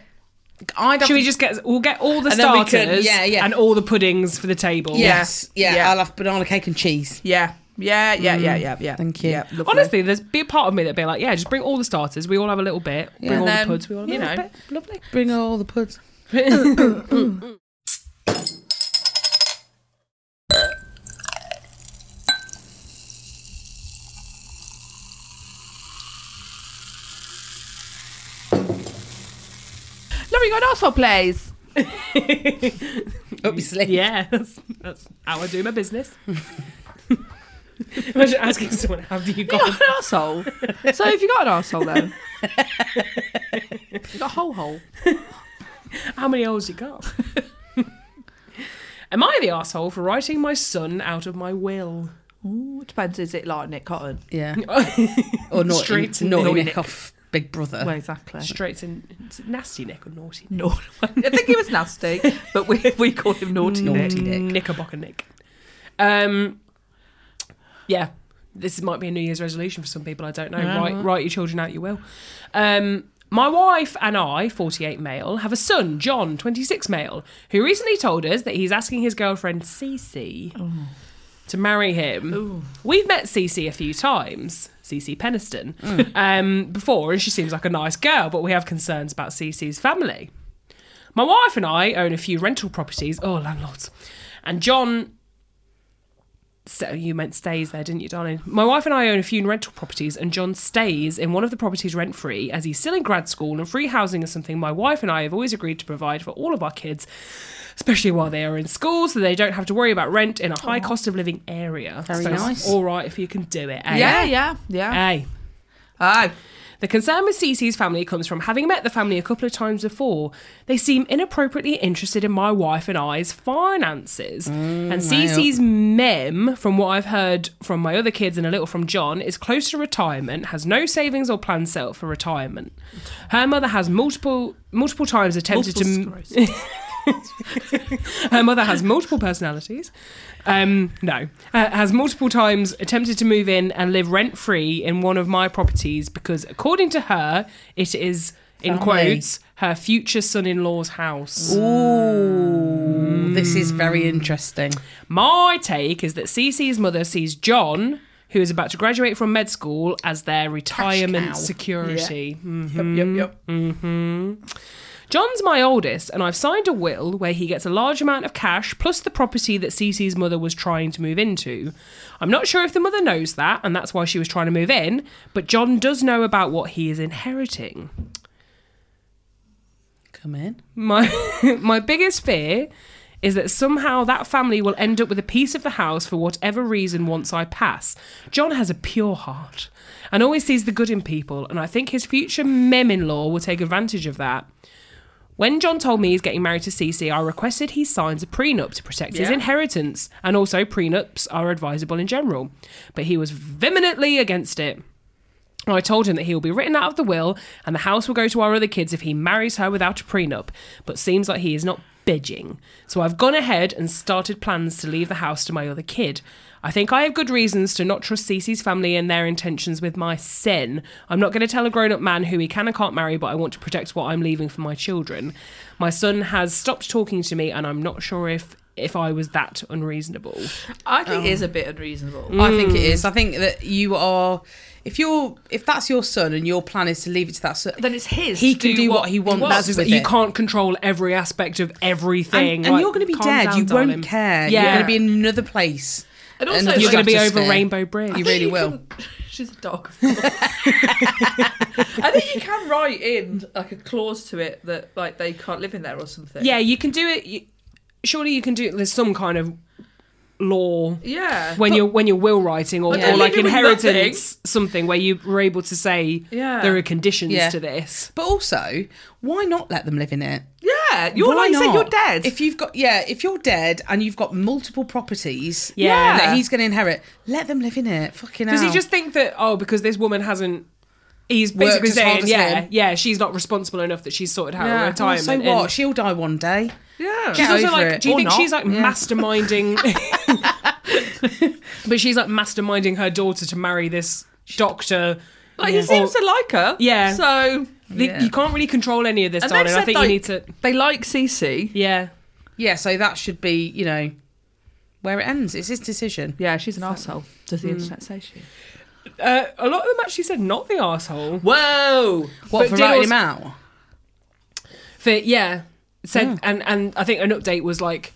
Speaker 3: I'd have
Speaker 2: should we
Speaker 3: to-
Speaker 2: just get we'll get all the
Speaker 3: And then we
Speaker 2: starters,
Speaker 3: could- yeah, yeah.
Speaker 2: and all the puddings for the table.
Speaker 1: Yeah.
Speaker 3: yes, yeah,
Speaker 1: Yeah.
Speaker 3: I'll have banana cake and cheese.
Speaker 1: Yeah, yeah, yeah, yeah, yeah, yeah.
Speaker 3: Mm. Thank you.
Speaker 1: Yeah, lovely.
Speaker 2: Honestly, there's be a part of me that'd be like, yeah, just bring all the starters. We all have a little bit. Bring
Speaker 1: And
Speaker 2: all
Speaker 1: then,
Speaker 2: the puds. We all have
Speaker 1: you
Speaker 2: a little
Speaker 1: know.
Speaker 2: bit. Lovely.
Speaker 3: Bring all the puds.
Speaker 1: Laurie, you got an asshole, please.
Speaker 3: Obviously.
Speaker 2: Yeah, that's, that's how I do my business. Imagine asking someone, "Have you
Speaker 1: You got
Speaker 2: got?"
Speaker 1: an asshole. So if you got an asshole, then you got a whole hole.
Speaker 2: How many holes you got? Am I the asshole for writing my son out of my will?
Speaker 1: Ooh, it depends. Is it like Nick Cotton?
Speaker 3: Yeah. Or naughty,
Speaker 2: Straight to
Speaker 3: naughty
Speaker 2: Naughty
Speaker 3: Nick,
Speaker 2: Nick.
Speaker 3: off Big Brother.
Speaker 1: Well, exactly.
Speaker 2: Straight in is it nasty Nick or naughty Nick?
Speaker 1: No, I think he was nasty, but we we call him naughty
Speaker 3: Naughty
Speaker 1: Nick.
Speaker 3: Nick.
Speaker 2: Knickerbocker Nick. Um, yeah, this might be a New Year's resolution for some people. I don't know.
Speaker 1: Yeah.
Speaker 2: Write, write your children out. You will. Um, my wife and I, 48 male, have a son, John, 26 male, who recently told us that he's asking his girlfriend Cece to marry him. We've met Cece a few times, Cece Peniston, um, before, and she seems like a nice girl, but we have concerns about Cece's family. My wife and I own a few rental properties. Oh, landlords. And John. So you meant stays there, didn't you, darling? My wife and I own a few rental properties, and John stays in one of the properties rent free as he's still in grad school, and free housing is something my wife and I have always agreed to provide for all of our kids, especially while they are in school, so they don't have to worry about rent in a high cost of living area.
Speaker 3: Very
Speaker 2: so it's
Speaker 3: nice.
Speaker 2: All right, if you can do it. eh?
Speaker 1: Yeah, yeah, yeah.
Speaker 2: Hey.
Speaker 1: Oh,
Speaker 2: The concern with Cece's family comes from having met the family a couple of times before. They seem inappropriately interested in my wife and I's finances. and Cece's mem, from what I've heard from my other kids and a little from John, is close to retirement, has no savings or plans set up for retirement. Her mother has multiple multiple times attempted to
Speaker 1: Multiple sclerosis.
Speaker 2: her mother has multiple personalities. Um, no, uh, has multiple times attempted to move in and live rent free in one of my properties because, according to her, it is in
Speaker 3: Family.
Speaker 2: quotes her future son-in-law's house.
Speaker 3: Ooh, this is very interesting.
Speaker 2: My take is that Cece's mother sees John. Who is about to graduate from med school as their
Speaker 3: cow.
Speaker 2: retirement security? Mm.
Speaker 1: Yep, yep, yep.
Speaker 2: John's my oldest, and I've signed a will where he gets a large amount of cash plus the property that Cece's mother was trying to move into. I'm not sure if the mother knows that, and that's why she was trying to move in, but John does know about what he is inheriting.
Speaker 3: Come in.
Speaker 2: My my biggest fear is that somehow that family will end up with a piece of the house for whatever reason once I pass. John has a pure heart and always sees the good in people, and I think his future mem-in-law will take advantage of that. When John told me he's getting married to Cece, I requested he signs a prenup to protect his
Speaker 1: Yeah.
Speaker 2: inheritance, and also prenups are advisable in general. But he was vehemently against it. I told him that he will be written out of the will and the house will go to our other kids if he marries her without a prenup, but seems like he is not bedging. So I've gone ahead and started plans to leave the house to my other kid. I think I have good reasons to not trust Cece's family and their intentions with my sin. I'm not going to tell a grown up man who he can and can't marry, but I want to protect what I'm leaving for my children. My son has stopped talking to me, and I'm not sure if, if I was that unreasonable.
Speaker 1: I think it is a bit unreasonable.
Speaker 3: I think it is. I think that you are, if you're, if that's your son and your plan is to leave it to that son,
Speaker 1: Then it's his.
Speaker 3: He
Speaker 1: to
Speaker 3: can do what he wants.
Speaker 1: wants.
Speaker 3: That's
Speaker 2: But
Speaker 3: with
Speaker 2: you
Speaker 3: it.
Speaker 2: can't control every aspect of everything.
Speaker 3: and, and
Speaker 2: Like,
Speaker 3: you're going to be
Speaker 2: calm
Speaker 3: dead.
Speaker 2: down,
Speaker 3: you
Speaker 2: darling.
Speaker 3: won't care. You're
Speaker 2: Yeah.
Speaker 3: going to be in another place.
Speaker 1: And also,
Speaker 3: Another
Speaker 1: like-
Speaker 2: You're going to be over
Speaker 3: stratosphere.
Speaker 2: Rainbow Bridge.
Speaker 3: You really
Speaker 1: you
Speaker 3: will.
Speaker 1: can- she's a dog. I think you can write in like a clause to it that like they can't live in there or something.
Speaker 2: yeah, you can do it. You, surely you can do it. There's some kind of law
Speaker 1: Yeah.
Speaker 2: when you're when you're will writing or,
Speaker 1: But they
Speaker 2: or like
Speaker 1: leave it with
Speaker 2: inheritance something where you were able to say
Speaker 1: Yeah.
Speaker 2: there are conditions
Speaker 3: Yeah.
Speaker 2: to this.
Speaker 3: But also, why not let them live in it?
Speaker 1: yeah. You're
Speaker 3: Why
Speaker 1: like you said,
Speaker 3: not?
Speaker 1: you're dead.
Speaker 3: If you've got yeah, if you're dead and you've got multiple properties,
Speaker 2: Yeah.
Speaker 3: that he's going to inherit. Let them live in it. Fucking.
Speaker 2: Does he
Speaker 3: hell.
Speaker 2: just think that oh because this woman hasn't. He's
Speaker 3: Worked
Speaker 2: basically
Speaker 3: as hard
Speaker 2: saying,
Speaker 3: as
Speaker 2: yeah,
Speaker 3: him.
Speaker 2: yeah, she's not responsible enough that she's sorted out
Speaker 1: Yeah.
Speaker 2: her
Speaker 1: Well,
Speaker 3: Oh,
Speaker 2: retirement.
Speaker 3: so
Speaker 2: and-
Speaker 3: what? She'll die one day.
Speaker 1: yeah.
Speaker 2: She's
Speaker 3: Get
Speaker 2: also
Speaker 3: over
Speaker 2: like,
Speaker 3: it.
Speaker 2: do you
Speaker 1: Or
Speaker 2: think
Speaker 1: not.
Speaker 2: she's like masterminding? but she's like masterminding her daughter to marry this doctor.
Speaker 1: Like he seems
Speaker 2: Or-
Speaker 1: to like her.
Speaker 2: Yeah.
Speaker 1: So
Speaker 2: the-
Speaker 3: Yeah.
Speaker 2: You can't really control any of this,
Speaker 1: And they've
Speaker 2: darling. I
Speaker 1: said,
Speaker 2: think
Speaker 1: like-
Speaker 2: you need to.
Speaker 1: they like Cece.
Speaker 2: Yeah.
Speaker 3: Yeah, so that should be you know where it ends. It's his decision.
Speaker 1: Yeah, she's an arsehole. Does the internet say she?
Speaker 2: Uh, a lot of them actually said not the asshole.
Speaker 1: Whoa.
Speaker 3: What
Speaker 2: But
Speaker 3: for
Speaker 2: did
Speaker 3: writing
Speaker 2: also-
Speaker 3: him out?
Speaker 2: For yeah, said and and I think an update was like.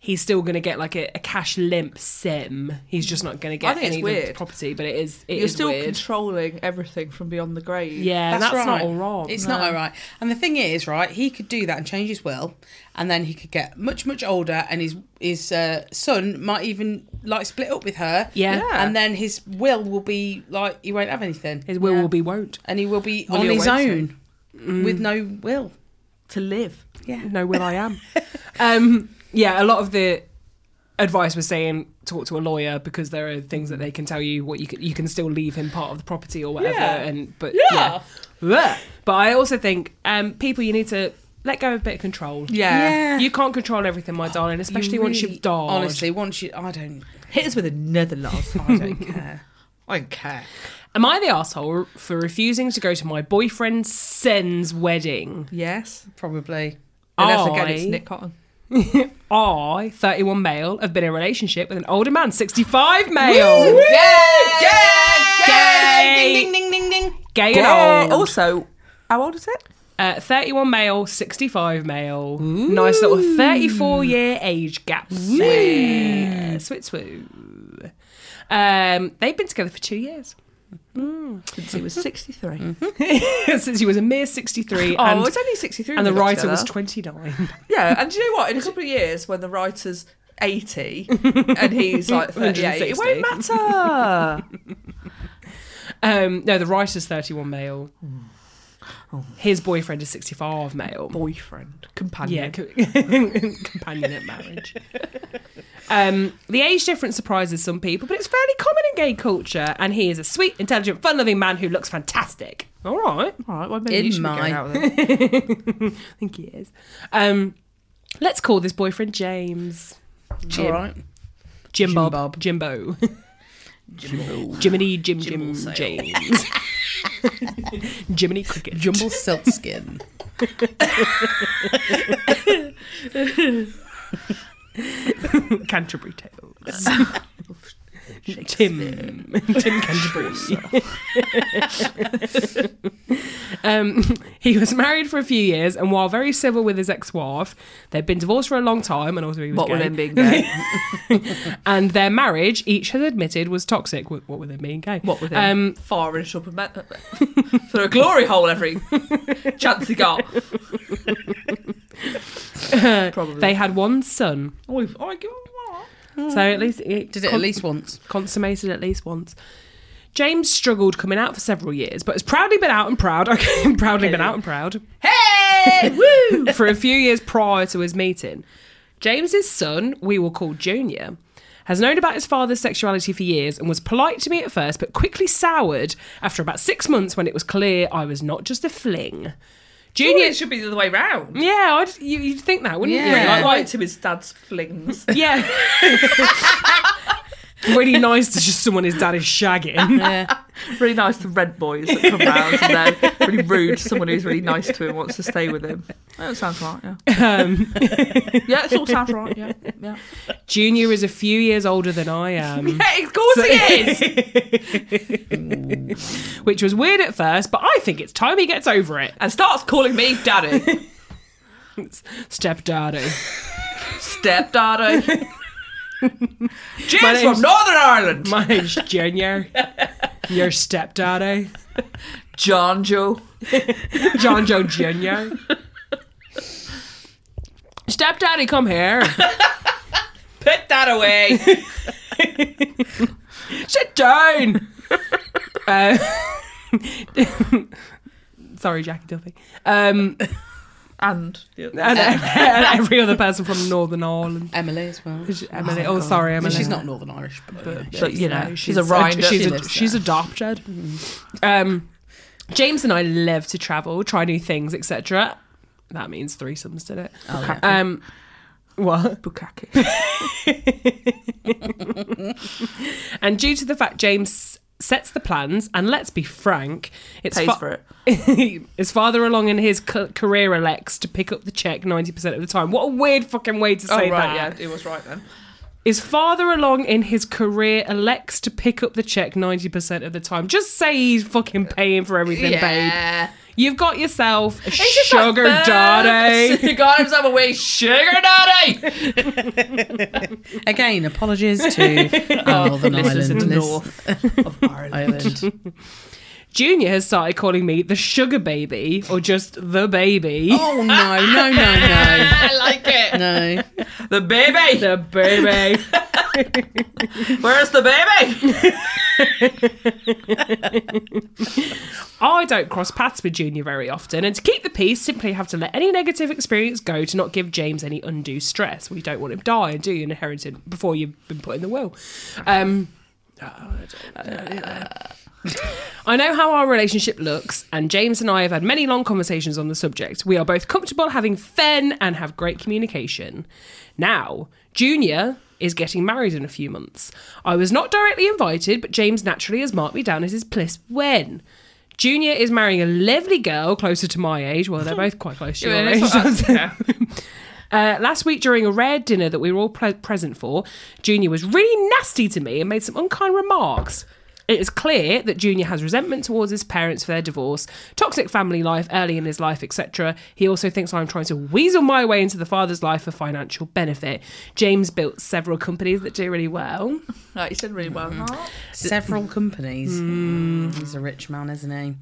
Speaker 2: He's still going to get like a, a cash limp sim. He's just not going to
Speaker 1: I
Speaker 2: get
Speaker 1: think it's
Speaker 2: any of the
Speaker 1: weird.
Speaker 2: property, but it is it is
Speaker 1: You're still
Speaker 2: weird.
Speaker 1: controlling everything from beyond the grave.
Speaker 2: yeah, that's, not all wrong.
Speaker 3: It's not all right. And the thing is, right, he could do that and change his will, and then he could get much, much older, and his his uh, son might even like split up with her.
Speaker 2: Yeah.
Speaker 1: Yeah.
Speaker 3: And then his will will be like he won't have anything,
Speaker 2: His will
Speaker 1: Yeah.
Speaker 2: will be won't.
Speaker 3: and he will be
Speaker 1: Will
Speaker 3: on
Speaker 1: he
Speaker 3: his
Speaker 1: await
Speaker 3: own
Speaker 2: Mm.
Speaker 3: with no will.
Speaker 1: To live.
Speaker 3: Yeah.
Speaker 2: know where I am. um, yeah, a lot of the advice was saying talk to a lawyer because there are things that they can tell you what you can, you can still leave him part of the property or whatever.
Speaker 1: Yeah.
Speaker 2: And but yeah.
Speaker 1: Yeah.
Speaker 2: Blech. but I also think um, people you need to let go of a bit of control.
Speaker 1: Yeah.
Speaker 3: Yeah.
Speaker 2: You can't control everything, my darling, especially once
Speaker 3: really-
Speaker 2: you've died.
Speaker 3: Honestly, once you, I don't,
Speaker 1: Hit us with another laugh.
Speaker 3: I don't care.
Speaker 1: I don't care.
Speaker 2: Am I the asshole for refusing to go to my boyfriend Sen's wedding?
Speaker 1: Yes.
Speaker 3: Probably.
Speaker 1: Unless again it's
Speaker 2: I-
Speaker 1: Nick Cotton.
Speaker 2: I, 31 male, have been in a relationship with an older man, 65 male. Gay.
Speaker 3: Ding, ding, ding, ding, ding.
Speaker 2: Gay
Speaker 1: Yeah.
Speaker 2: and old.
Speaker 1: Also, how old is it?
Speaker 2: Uh, 31 male, 65 male. Nice little 34 year age gap. there. Swit swoo. Um, they've been together for two years
Speaker 1: Since he was 63.
Speaker 2: since he was a mere 63,
Speaker 1: Oh,
Speaker 2: Mm. and,
Speaker 1: it's only 63.
Speaker 2: and the
Speaker 1: when they got
Speaker 2: writer was
Speaker 1: together.
Speaker 2: 29.
Speaker 1: Yeah, and do you know what? In a couple of years, when the writer's 80 and he's like 38, it won't matter.
Speaker 2: Um, no, the writer's 31 male. His boyfriend is 65 male.
Speaker 1: Boyfriend, companion.
Speaker 2: Yeah, co- companionate marriage. Um, the age difference surprises some people, but it's fairly common in gay culture. And he is a sweet, intelligent, fun-loving man who looks fantastic. All right,
Speaker 1: All right, well, maybe you
Speaker 3: In
Speaker 1: should
Speaker 3: my-
Speaker 1: be going out with him.
Speaker 2: I think he is. Um, let's call this boyfriend James.
Speaker 3: All right.
Speaker 2: Jim
Speaker 3: Jim
Speaker 2: Bob.
Speaker 3: Bob.
Speaker 2: Jimbo.
Speaker 3: Jimbo.
Speaker 2: Jiminy Jim Jim
Speaker 3: Jimble sale.
Speaker 2: James. Jiminy Cricket.
Speaker 3: Jumble silk skin.
Speaker 2: Canterbury Tales. Tim. Tim Canterbury. um, he was married for a few years, and while very civil with his ex-wife, they'd been divorced for a long time, and also he was
Speaker 1: What
Speaker 2: gay.
Speaker 1: with him being gay?
Speaker 2: and their marriage, each has admitted, was toxic. Wh- What with him being gay?
Speaker 1: What with him?
Speaker 2: Um,
Speaker 1: Far and short for a glory hole every chance he got. Probably.
Speaker 2: Um, they had one son,
Speaker 1: oh, we've- oh, I give him that.
Speaker 2: so at least it
Speaker 3: Did it at
Speaker 2: con-
Speaker 3: least once.
Speaker 2: consummated at least once. James struggled coming out for several years, but has proudly been out and proud. Okay, proudly been out and proud.
Speaker 1: Hey! Woo!
Speaker 2: for a few years prior to his meeting. James's son, we will call Junior, has known about his father's sexuality for years and was polite to me at first, but quickly soured after about six months when it was clear I was not just a fling.
Speaker 1: Surely
Speaker 2: Junior,
Speaker 1: it should be the other way round.
Speaker 2: yeah, I'd, you, you'd think that, wouldn't you?
Speaker 3: Yeah.
Speaker 1: Like,
Speaker 2: Like,
Speaker 1: right to his dad's flings.
Speaker 2: like, yeah. really nice to just someone his dad is shagging.
Speaker 3: Yeah.
Speaker 1: really nice to red boys that come round and then really rude to someone who's really nice to him and wants to stay with him. That sounds right, yeah.
Speaker 2: Um,
Speaker 1: Yeah, it all sounds right, yeah. Yeah,
Speaker 2: Junior is a few years older than I am.
Speaker 1: yeah of course it is!
Speaker 2: Which was weird at first, but I think it's time he gets over it.
Speaker 1: And starts calling me daddy.
Speaker 2: Stepdaddy.
Speaker 1: Stepdaddy.
Speaker 2: My
Speaker 1: James
Speaker 2: name's-
Speaker 1: from Northern Ireland.
Speaker 2: My name's Junior. Your stepdaddy.
Speaker 1: John Joe.
Speaker 2: John Joe Junior. Stepdaddy, come here.
Speaker 1: Put that away.
Speaker 2: Sit down. Uh, sorry, Jackie Duffy. Um,
Speaker 1: and
Speaker 2: and, and every other person from Northern Ireland.
Speaker 3: Emily as well.
Speaker 2: Emily. Oh, sorry,
Speaker 3: I mean,
Speaker 2: Emily.
Speaker 3: she's not Northern Irish, but,
Speaker 1: but you know,
Speaker 2: No,
Speaker 1: she's, a rinder.
Speaker 2: She's,
Speaker 3: She
Speaker 2: a,
Speaker 3: lives
Speaker 2: she's
Speaker 3: there.
Speaker 2: adopted. Um, James and I love to travel, try new things, etc. That means threesomes, did it?
Speaker 3: Oh, yeah.
Speaker 2: Um, what?
Speaker 1: Bukaki.
Speaker 2: And due to the fact James sets the plans, and let's be frank, it's
Speaker 1: Pays
Speaker 2: fa-
Speaker 1: for it.
Speaker 2: it's farther along in his c- career elects to pick up the check 90% of the time. What a weird fucking way to
Speaker 1: Oh,
Speaker 2: say
Speaker 1: right,
Speaker 2: that.
Speaker 1: yeah, it was right then.
Speaker 2: Is farther along in his career elects to pick up the check 90% of the time. Just say he's fucking paying for everything, babe. You've got yourself a sugar daddy.
Speaker 1: You got himself away, sugar daddy.
Speaker 3: Again, apologies to our Northern
Speaker 1: Listeners
Speaker 3: Ireland.
Speaker 1: in the
Speaker 3: lis-
Speaker 1: north of Ireland.
Speaker 3: Ireland.
Speaker 2: Junior has started calling me the sugar baby or just the baby.
Speaker 3: Oh no, no, no,
Speaker 1: I like it.
Speaker 3: no, no.
Speaker 1: The baby.
Speaker 2: The baby.
Speaker 1: Where's the baby?
Speaker 2: I don't cross paths with Junior very often, and to keep the peace, simply have to let any negative experience go to not give James any undue stress. We don't want him dying, do you? Inherited before you've been put in the will. Um, I know how our relationship looks, and James and I have had many long conversations on the subject. We are both comfortable having fun and have great communication. Now, Junior is getting married in a few months. I was not directly invited, but James naturally has marked me down as his bliss when. Junior is marrying a lovely girl closer to my age. Well, they're both quite close to your age. Uh, last week, during a rare dinner that we were all pre- present for, Junior was really nasty to me and made some unkind remarks. It is clear that Junior has resentment towards his parents for their divorce, toxic family life early in his life, etc. He also thinks I'm trying to weasel my way into the father's life for financial benefit. James built several companies that do really well.
Speaker 1: Like you said, really well. huh?
Speaker 3: Several companies. Mm, He's a rich man, isn't he?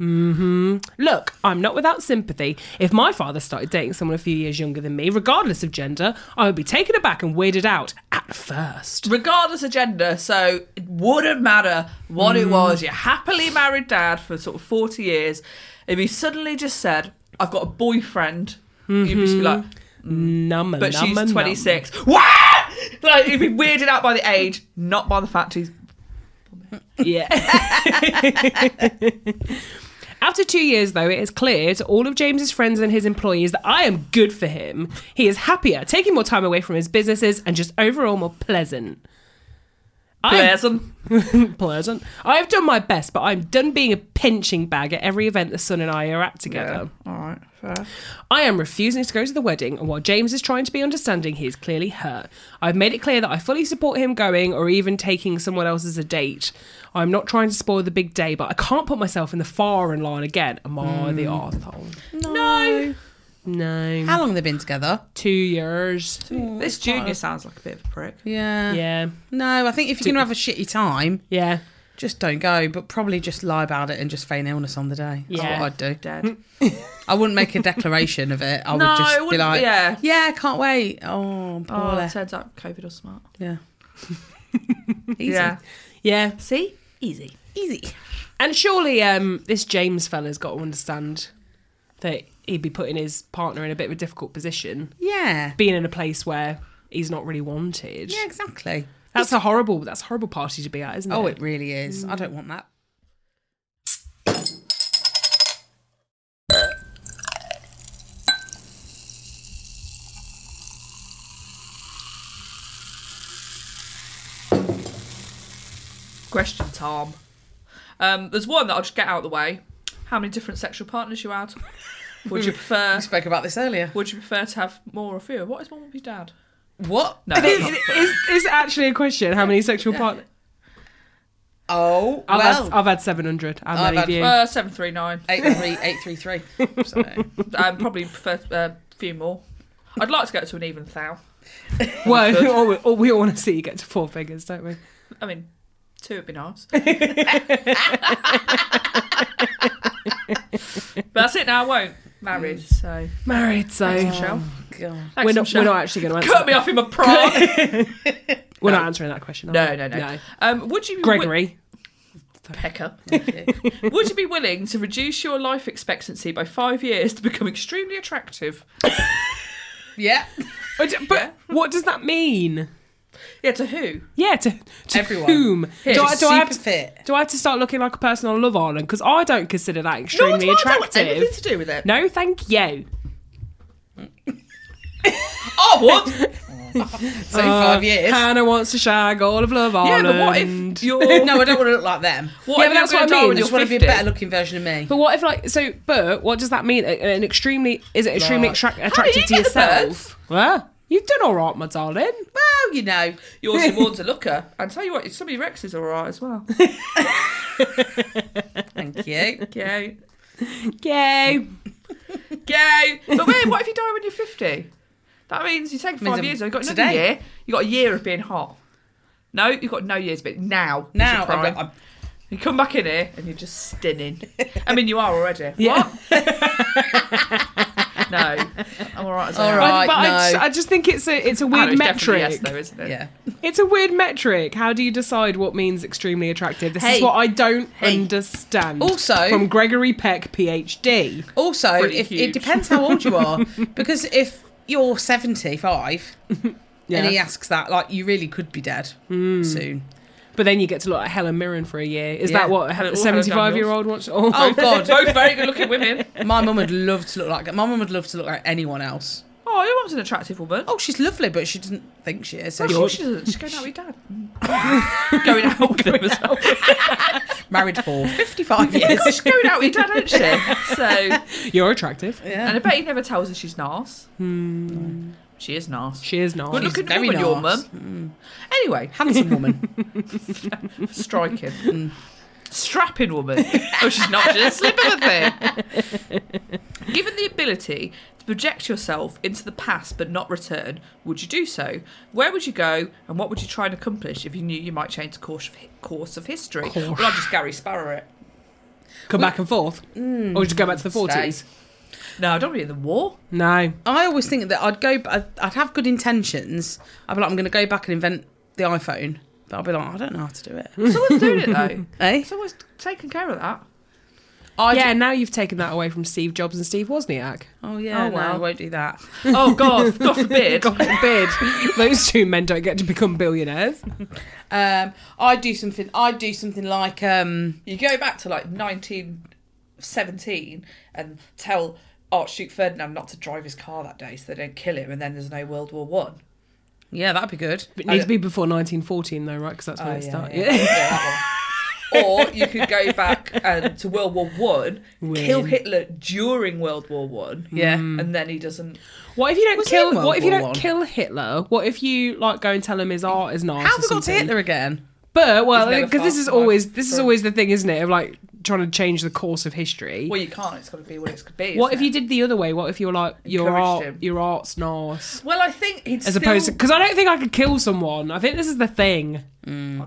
Speaker 2: Look, I'm not without sympathy. If my father started dating someone a few years younger than me, regardless of gender, I would be taken aback and weirded out. At that first.
Speaker 1: regardless of gender, so it wouldn't matter what it was. Your happily married dad for sort of 40 years. If he suddenly just said, I've got a boyfriend, you'd just be like,
Speaker 2: Numb,
Speaker 1: but
Speaker 2: numb,
Speaker 1: she's
Speaker 2: numb.
Speaker 1: 26. What? Like, you'd be weirded out by the age, not by the fact he's.
Speaker 2: Yeah. After two years, though, it is clear to all of James's friends and his employees that I am good for him. He is happier, taking more time away from his businesses, and just overall more pleasant. I
Speaker 1: Pleasant.
Speaker 2: am pleasant. I have done my best, but I'm done being a pinching bag at every event the son and I are at together.
Speaker 1: All right, fair.
Speaker 2: I am refusing to go to the wedding, and while James is trying to be understanding, he is clearly hurt. I've made it clear that I fully support him going or even taking someone else as a date. I'm not trying to spoil the big day, but I can't put myself in the far in line again. Am I the arsehole?
Speaker 3: No.
Speaker 2: No.
Speaker 3: Mm. How long have they been together?
Speaker 2: Two years.
Speaker 1: This junior sounds like a bit of a prick.
Speaker 3: Yeah.
Speaker 2: Yeah.
Speaker 3: No, I think if you're going to have a shitty time,
Speaker 2: Yeah.
Speaker 3: just don't go, but probably just lie about it and just feign illness on the day. That's
Speaker 2: Yeah.
Speaker 3: what I'd do.
Speaker 1: Dead.
Speaker 3: I wouldn't make a declaration of it. I
Speaker 1: No,
Speaker 3: would
Speaker 1: it
Speaker 3: just be
Speaker 1: wouldn't-
Speaker 3: like,
Speaker 1: yeah.
Speaker 3: yeah, can't wait. Oh, poor
Speaker 1: Oh,
Speaker 3: Le-
Speaker 1: it turns out COVID was smart.
Speaker 3: Yeah. Easy.
Speaker 1: Yeah.
Speaker 2: Yeah.
Speaker 1: See? Easy.
Speaker 3: Easy.
Speaker 2: And surely um, this James fella's got to understand that he'd be putting his partner in a bit of a difficult position,
Speaker 3: Yeah.
Speaker 2: being in a place where he's not really wanted.
Speaker 3: Yeah, exactly.
Speaker 2: That's a horrible. That's a horrible party to be at, isn't it?
Speaker 3: Oh, it really is. I don't want that.
Speaker 1: Question Tom. Um, there's one that I'll just get out of the way. How many different sexual partners you had? Would you prefer?
Speaker 3: We spoke about this earlier.
Speaker 1: Would you prefer to have more or fewer? What is mom with your dad?
Speaker 3: What?
Speaker 1: No, that's not.
Speaker 2: is, is actually a question. How many sexual partners?
Speaker 3: Oh,
Speaker 2: I've,
Speaker 3: well.
Speaker 2: had, I've had 700. How
Speaker 3: I've
Speaker 2: many of
Speaker 3: had-
Speaker 2: you?
Speaker 1: Uh, seven three nine.
Speaker 3: 833, 833. So,
Speaker 1: I probably prefer uh, a few more. I'd like to go to an even thou.
Speaker 2: Well, all we, all we all want to see you get to four figures, don't we?
Speaker 1: I mean, two would be nice. but that's it now. I won't married. So
Speaker 2: Married, so
Speaker 1: thanks, Michelle.
Speaker 3: God.
Speaker 1: Thanks,
Speaker 2: Mm. Um, we're not,
Speaker 1: Michelle.
Speaker 2: we're not actually going to
Speaker 1: Cut
Speaker 2: answer.
Speaker 1: me off in my prime.
Speaker 2: We're not answering that question. are
Speaker 1: no,
Speaker 2: we?
Speaker 1: no, no. Um, would you
Speaker 2: Gregory.
Speaker 1: Pecker? Would you be willing to reduce your life expectancy by five years to become extremely attractive?
Speaker 3: Yeah.
Speaker 2: But, but what does that mean?
Speaker 1: Yeah, to who?
Speaker 2: Yeah, to, to
Speaker 3: Everyone.
Speaker 2: whom? Do I,
Speaker 3: Just
Speaker 2: do, I have
Speaker 3: super
Speaker 2: to,
Speaker 3: fit.
Speaker 2: do I have to start looking like a person on Love Island? Because I don't consider
Speaker 1: No
Speaker 2: that
Speaker 1: one's
Speaker 2: extremely
Speaker 1: got
Speaker 2: attractive.
Speaker 1: anything to do with it.
Speaker 2: No, thank you.
Speaker 1: Oh, what?
Speaker 3: So five years.
Speaker 2: Uh, Hannah wants to shag all of Love
Speaker 1: yeah,
Speaker 2: Island.
Speaker 1: but what if you're?
Speaker 3: no, I don't want to look like them.
Speaker 1: What
Speaker 2: Yeah,
Speaker 1: if
Speaker 2: but
Speaker 1: you're
Speaker 2: that's what
Speaker 1: gonna
Speaker 2: I
Speaker 1: die
Speaker 2: mean.
Speaker 1: when
Speaker 3: I
Speaker 2: You're
Speaker 3: just want to be a
Speaker 1: 50?
Speaker 3: better looking version of me.
Speaker 2: But what if like so? But what does that mean? A- An extremely is it extremely
Speaker 3: Right.
Speaker 2: attra- attractive
Speaker 1: you
Speaker 2: to
Speaker 1: get the
Speaker 2: yourself? Well, you've done all right, my darling.
Speaker 3: Well, you know.
Speaker 1: Yours and Ward's a looker. And tell you what, some of your exes are alright as well.
Speaker 3: Thank you.
Speaker 1: Gay.
Speaker 2: Yay!
Speaker 1: Gay. But wait, what if you die when you're 50? That means you take
Speaker 3: Means
Speaker 1: five
Speaker 3: I'm-
Speaker 1: years, you've got another
Speaker 3: today.
Speaker 1: year. You've got a year of being hot. No, you've got no years, but now.
Speaker 3: Now,
Speaker 1: Now.
Speaker 3: I'm, I'm,
Speaker 1: You come back in here and you're just stinning. I mean, you are already.
Speaker 2: Yeah.
Speaker 1: What? No. I'm alright as I
Speaker 3: All
Speaker 1: am.
Speaker 3: right.
Speaker 2: I, but I,
Speaker 3: no.
Speaker 2: just, I just think it's a it's a
Speaker 1: I know,
Speaker 2: weird
Speaker 1: it's definitely
Speaker 2: metric.
Speaker 1: Yes, though, isn't it?
Speaker 3: yeah.
Speaker 2: It's a weird metric. How do you decide what means extremely attractive? This
Speaker 1: Hey.
Speaker 2: is what I don't
Speaker 3: Hey.
Speaker 2: understand.
Speaker 3: Also-
Speaker 2: from Gregory Peck, PhD.
Speaker 3: Also,
Speaker 1: Pretty
Speaker 3: if
Speaker 1: huge.
Speaker 3: it depends how old you are, because if you're 75 and he asks that, like, you really could be dead
Speaker 1: Hmm.
Speaker 3: soon.
Speaker 2: But then you get to look at Helen Mirren for a year. Is
Speaker 3: Yeah.
Speaker 2: that what
Speaker 1: Helen-
Speaker 2: a
Speaker 1: all Helen
Speaker 2: seventy-five-year-old wants? Oh,
Speaker 3: Oh, God.
Speaker 1: Both very good looking women.
Speaker 3: My mum would love to look like my mum would love to look like anyone else.
Speaker 1: Oh, your mum's an attractive woman.
Speaker 3: Oh, she's lovely, but she doesn't think she is. So
Speaker 1: No, she-
Speaker 3: she's
Speaker 1: she doesn't. She's going out with your dad. going out with him as well.
Speaker 3: married for 55
Speaker 1: Yeah,
Speaker 3: years.
Speaker 1: she's going out with your dad, isn't she? So,
Speaker 2: you're attractive. Hmm.
Speaker 1: and I
Speaker 3: Yeah.
Speaker 1: bet he never tells her she's nice. She is nice.
Speaker 2: She is not.
Speaker 1: Good looking
Speaker 3: very
Speaker 1: woman, your
Speaker 3: nice. Hmm.
Speaker 1: mum. Anyway,
Speaker 3: Handsome woman.
Speaker 1: striking. Strapping woman. Oh, she's not just a slip of a thing. Given the ability to project yourself into the past but not return, would you do so? Where would you go and what would you try and accomplish if you knew you might change the course of, hi- course of history? Well, I'll just Gary Sparrow it.
Speaker 3: Hmm.
Speaker 2: Come back and forth, or just go back to the
Speaker 3: Stay.
Speaker 2: forties.
Speaker 1: No, I don't really in the war.
Speaker 2: No.
Speaker 3: I always think that I'd go, I'd, I'd have good intentions. I'd be like, I'm going to go back and invent the iPhone, but I'll be like, I don't know how to do it.
Speaker 1: Someone's doing it though.
Speaker 3: eh?
Speaker 1: Someone's taking care of that.
Speaker 3: I
Speaker 2: yeah,
Speaker 3: do-
Speaker 2: now you've taken that away from Steve Jobs and Steve Wozniak.
Speaker 3: oh yeah.
Speaker 1: Oh,
Speaker 3: no,
Speaker 1: well.
Speaker 3: I won't do that.
Speaker 1: Oh God, God forbid.
Speaker 2: God forbid. Those two men don't get to become billionaires.
Speaker 3: Um, I'd do something. I'd do something like um,
Speaker 1: You go back to like 1917 and tell Archduke Ferdinand not to drive his car that day so they don't kill him, and then there's no World War One.
Speaker 3: yeah, that'd be good.
Speaker 2: But it needs to be before 1914, though, right? Because that's when
Speaker 1: Oh,
Speaker 2: it started.
Speaker 1: yeah, yeah, that one. or you could go back um, to World War One, kill
Speaker 2: Win. Mm.
Speaker 1: Hitler during World War One,
Speaker 3: Yeah.
Speaker 1: and then he doesn't.
Speaker 2: What if you don't
Speaker 3: Was he in
Speaker 2: kill?
Speaker 3: World
Speaker 2: What if you
Speaker 3: War
Speaker 2: don't
Speaker 3: One?
Speaker 2: kill Hitler? What if you like go and tell him his art is nice?
Speaker 3: How have
Speaker 2: or
Speaker 3: we got to
Speaker 2: something?
Speaker 3: Hitler again?
Speaker 2: But well,
Speaker 1: He's never
Speaker 2: because this
Speaker 1: far
Speaker 2: is
Speaker 1: from
Speaker 2: always
Speaker 1: life.
Speaker 2: this is
Speaker 1: True.
Speaker 2: always the thing, isn't it? Of like trying to change the course of history.
Speaker 1: Well, you can't. It's got to be what it's could be.
Speaker 2: what if
Speaker 1: isn't
Speaker 2: you
Speaker 1: it?
Speaker 2: did the other way? What if you're like your
Speaker 1: Encouraged
Speaker 2: art,
Speaker 1: him.
Speaker 2: your art's nice,
Speaker 1: Well, I think it's
Speaker 2: as opposed to because I don't think I could kill someone. I think this is the thing.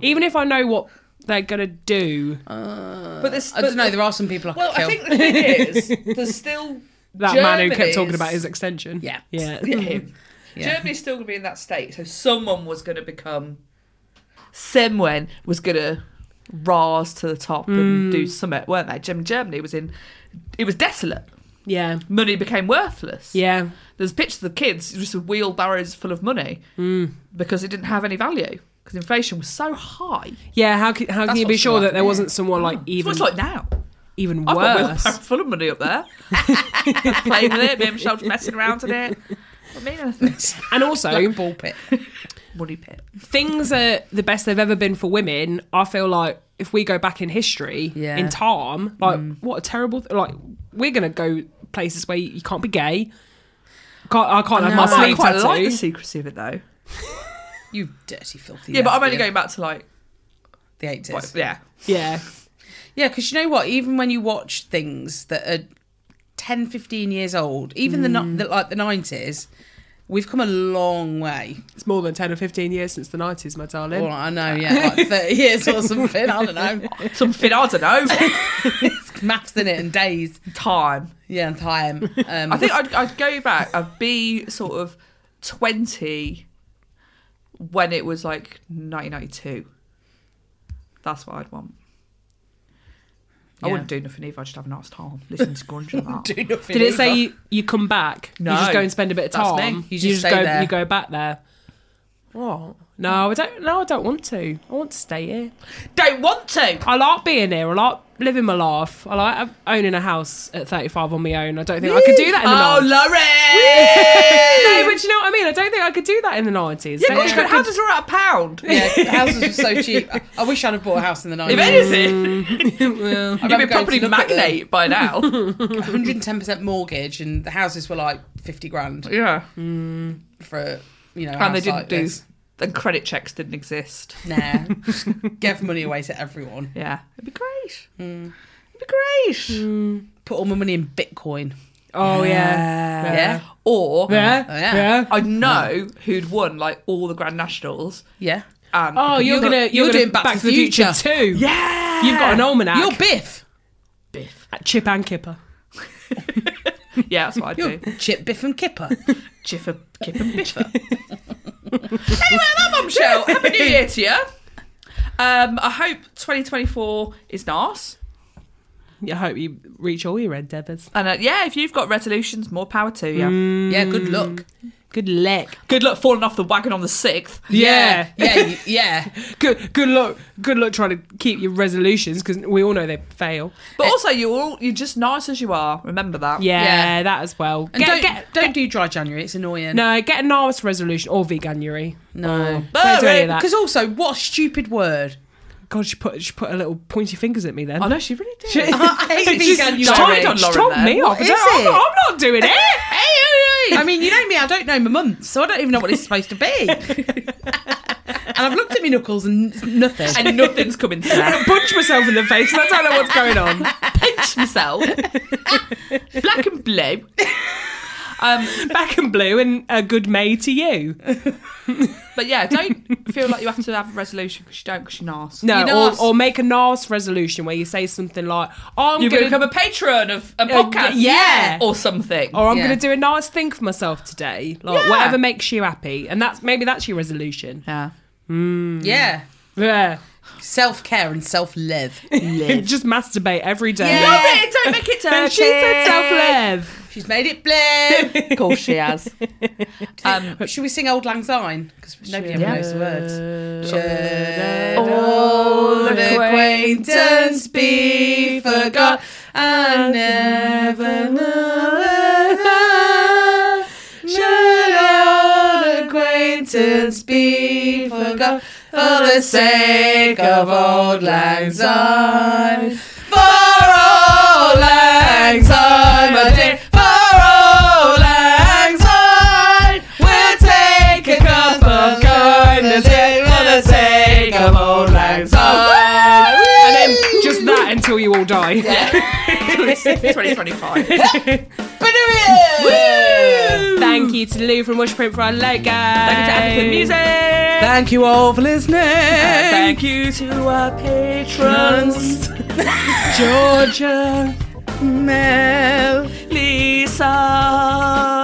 Speaker 2: Even if I know what they're gonna do,
Speaker 1: But this,
Speaker 3: Uh, I
Speaker 1: but
Speaker 3: don't know. There are some people I
Speaker 1: Well,
Speaker 3: could
Speaker 1: I
Speaker 3: kill.
Speaker 1: think the thing is, there's still
Speaker 2: that man who kept talking
Speaker 1: Germany's-
Speaker 2: about his extension.
Speaker 3: Yeah.
Speaker 2: yeah.
Speaker 1: Yeah, him.
Speaker 3: Yeah.
Speaker 1: Germany's still going to be in that state, so someone was going to become. Someone was going to rise to the top
Speaker 2: Mm.
Speaker 1: and do summit, weren't they? Germany, Germany was in. It was desolate.
Speaker 2: yeah,
Speaker 1: Money became worthless.
Speaker 2: yeah.
Speaker 1: There's pictures of kids just with wheelbarrows full of money
Speaker 2: Mm.
Speaker 1: because it didn't have any value because inflation was so high.
Speaker 2: Yeah, how can, how can
Speaker 3: That's
Speaker 2: you be
Speaker 3: what's
Speaker 2: sure
Speaker 3: like
Speaker 2: that there
Speaker 3: there.
Speaker 2: wasn't someone like
Speaker 1: It's
Speaker 2: even
Speaker 1: much like now.
Speaker 2: even
Speaker 1: I've got a wheelbarrow
Speaker 2: worse?
Speaker 1: full of money up there. Playing with it, me and Michelle's messing around in it. I mean, anything.
Speaker 2: And also,
Speaker 3: ball pit.
Speaker 1: money pit.
Speaker 2: things are the best they've ever been for women. I feel like if we go back in history,
Speaker 3: Yeah.
Speaker 2: in time, like what a terrible th- like we're gonna go places where you can't be gay. Can't, I can't have
Speaker 3: know.
Speaker 2: my
Speaker 3: I
Speaker 1: I
Speaker 2: sleeve
Speaker 1: quite
Speaker 2: tattoo.
Speaker 1: like the secrecy of it though.
Speaker 3: You dirty, filthy.
Speaker 1: Yeah, but I'm only
Speaker 3: lesbian.
Speaker 1: going back to like,
Speaker 3: the eighties.
Speaker 1: what- yeah,
Speaker 2: yeah,
Speaker 3: Yeah, because you know what? Even when you watch things that are 10, 15 years old, even the the, the like the nineties, we've come a long way.
Speaker 2: it's more than ten or fifteen years since the nineties, my darling.
Speaker 3: Well, I know, yeah, like thirty years or something. I don't know.
Speaker 1: something I don't know.
Speaker 3: It's maths in it and days.
Speaker 1: Time.
Speaker 3: Yeah, and time. Um,
Speaker 1: I think I'd, I'd go back. I'd be sort of twenty when it was like 1992. That's what I'd want. I
Speaker 3: Yeah.
Speaker 1: wouldn't do nothing either. I'd just have a nice time, listen to grunge and that.
Speaker 3: do nothing.
Speaker 2: Did it say
Speaker 3: either.
Speaker 2: you, you come back?
Speaker 1: No.
Speaker 2: You just go and spend a bit of
Speaker 1: That's
Speaker 2: time.
Speaker 1: me.
Speaker 2: You
Speaker 3: You
Speaker 2: just,
Speaker 3: just stay
Speaker 2: go.
Speaker 3: there.
Speaker 2: You go back there. What? No, I don't. No, I don't want to. I want to stay here.
Speaker 1: Don't want to.
Speaker 2: I like being here. I like living my life. I like uh, owning a house at 35 on my own. I don't think I could do that in the
Speaker 1: Oh,
Speaker 2: 90s.
Speaker 1: Laurie!
Speaker 2: No, but you know what I mean? I don't think I could do that in the 90s.
Speaker 1: yeah,
Speaker 2: Don't
Speaker 1: of course you
Speaker 2: think
Speaker 1: could.
Speaker 2: I
Speaker 1: How
Speaker 2: could-
Speaker 1: does it a pound?
Speaker 3: Yeah, houses were so cheap. I, I wish I'd have bought a house in the
Speaker 1: If
Speaker 3: nineties.
Speaker 1: anything, you'd be
Speaker 3: remember going to
Speaker 1: property
Speaker 3: look at them.
Speaker 1: magnate by now.
Speaker 3: One hundred and ten percent mortgage, and the houses were like fifty grand
Speaker 1: yeah.
Speaker 3: for you know. a
Speaker 1: and they
Speaker 3: house
Speaker 1: didn't
Speaker 3: like
Speaker 1: do
Speaker 3: this.
Speaker 1: and credit checks didn't exist
Speaker 3: Nah, gave money away to everyone.
Speaker 1: yeah it'd be great it'd be great
Speaker 3: Put all my money in Bitcoin.
Speaker 2: Oh, yeah.
Speaker 3: Yeah.
Speaker 1: or
Speaker 2: Yeah.
Speaker 3: Oh,
Speaker 2: yeah.
Speaker 3: yeah.
Speaker 1: i'd know who'd won like all the grand nationals
Speaker 3: Yeah.
Speaker 1: and
Speaker 2: Oh, you're,
Speaker 3: You're
Speaker 2: gonna
Speaker 3: gonna-
Speaker 2: you're,
Speaker 3: you're
Speaker 2: gonna
Speaker 3: doing
Speaker 2: Back, to the Future, too.
Speaker 1: yeah
Speaker 2: You've got an almanac.
Speaker 3: You're Biff.
Speaker 1: biff
Speaker 2: Chip and Kipper.
Speaker 1: yeah that's what i'd
Speaker 3: You're
Speaker 1: do
Speaker 3: Chip, Biff, and Kipper.
Speaker 1: jiffer kipper biffer anyway on that bombshell happy new year to you um i hope 2024 is nice
Speaker 2: I hope you reach all your red debits.
Speaker 1: and uh, yeah if you've got resolutions more power to you
Speaker 2: Mm.
Speaker 3: Yeah, good luck.
Speaker 2: Good luck.
Speaker 1: good luck falling off the wagon on the 6th
Speaker 2: Yeah.
Speaker 3: Yeah, yeah. you- yeah.
Speaker 2: Good good luck. Good luck trying to keep your resolutions because we all know they fail.
Speaker 1: But also, you're all, you're just nice as you are. Remember that.
Speaker 2: Eh. Yeah,
Speaker 3: Yeah.
Speaker 2: that as well.
Speaker 3: And don't, don't do dry January. It's annoying.
Speaker 2: No, get a nice resolution or veganuary. Oh,
Speaker 3: No.
Speaker 2: Don't do any of that.
Speaker 3: Because also, what a stupid word.
Speaker 2: God, she put she put a little pointy fingers at me then.
Speaker 1: I know Oh, she really did.
Speaker 2: She-
Speaker 3: I hate
Speaker 2: she's-
Speaker 3: Oh, veganuary.
Speaker 2: she's
Speaker 1: Sorry,
Speaker 2: tied on-
Speaker 1: Lauren
Speaker 2: she's told
Speaker 1: there.
Speaker 2: me
Speaker 3: What
Speaker 2: off. I
Speaker 3: is
Speaker 2: don't- I'm,
Speaker 3: it?
Speaker 2: not, I'm not doing it.
Speaker 3: I mean, you know me, I don't know my month, so I don't even know what it's supposed to be. and I've looked at my knuckles and it's nothing.
Speaker 1: and nothing's coming to
Speaker 2: I
Speaker 1: that.
Speaker 2: punch myself in the face and I don't know what's going on.
Speaker 1: Pinch myself. Black and blue. Um,
Speaker 2: Back and blue and a good May to you.
Speaker 1: but yeah, don't feel like you have to have a resolution because you don't, because you're nasty.
Speaker 2: No,
Speaker 3: You know
Speaker 2: or,
Speaker 3: what's-
Speaker 2: or make a nice resolution where you say something like, "I'm
Speaker 1: You're
Speaker 2: gonna,
Speaker 1: going to become a patron of a
Speaker 2: Uh,
Speaker 1: podcast.
Speaker 2: yeah. Oh,
Speaker 1: Or something.
Speaker 2: or I'm
Speaker 3: Yeah.
Speaker 2: gonna do a nice thing for myself today, like
Speaker 1: Yeah.
Speaker 2: whatever makes you happy." And that's maybe that's your resolution.
Speaker 1: yeah.
Speaker 3: Yeah.
Speaker 2: Yeah,
Speaker 3: Self care and self love.
Speaker 2: just masturbate every day.
Speaker 3: Yeah.
Speaker 1: Love it. Don't make it dirty.
Speaker 2: And she said self-love.
Speaker 3: She's made it blue.
Speaker 1: Of course she has. Um,
Speaker 3: Should we sing Old Lang Syne? Because nobody ever knows the words.
Speaker 1: Old acquaintance
Speaker 3: be
Speaker 1: forgot,
Speaker 3: and
Speaker 2: never
Speaker 3: more. Should old acquaintance be forgot for the sake of old lang syne? For old lang syne, my dear, for old lang syne, we'll take a cup of kindness here for the sake of old lang syne.
Speaker 2: And then just that until you all die.
Speaker 1: 2025.
Speaker 2: Thank you to Lou from Washprint for our
Speaker 1: Thank
Speaker 2: logo.
Speaker 1: you to Anthony Music. Uh,
Speaker 3: Thank you all for listening.
Speaker 1: Thank you to our patrons.
Speaker 2: Georgia.
Speaker 3: Mel.
Speaker 1: Lisa.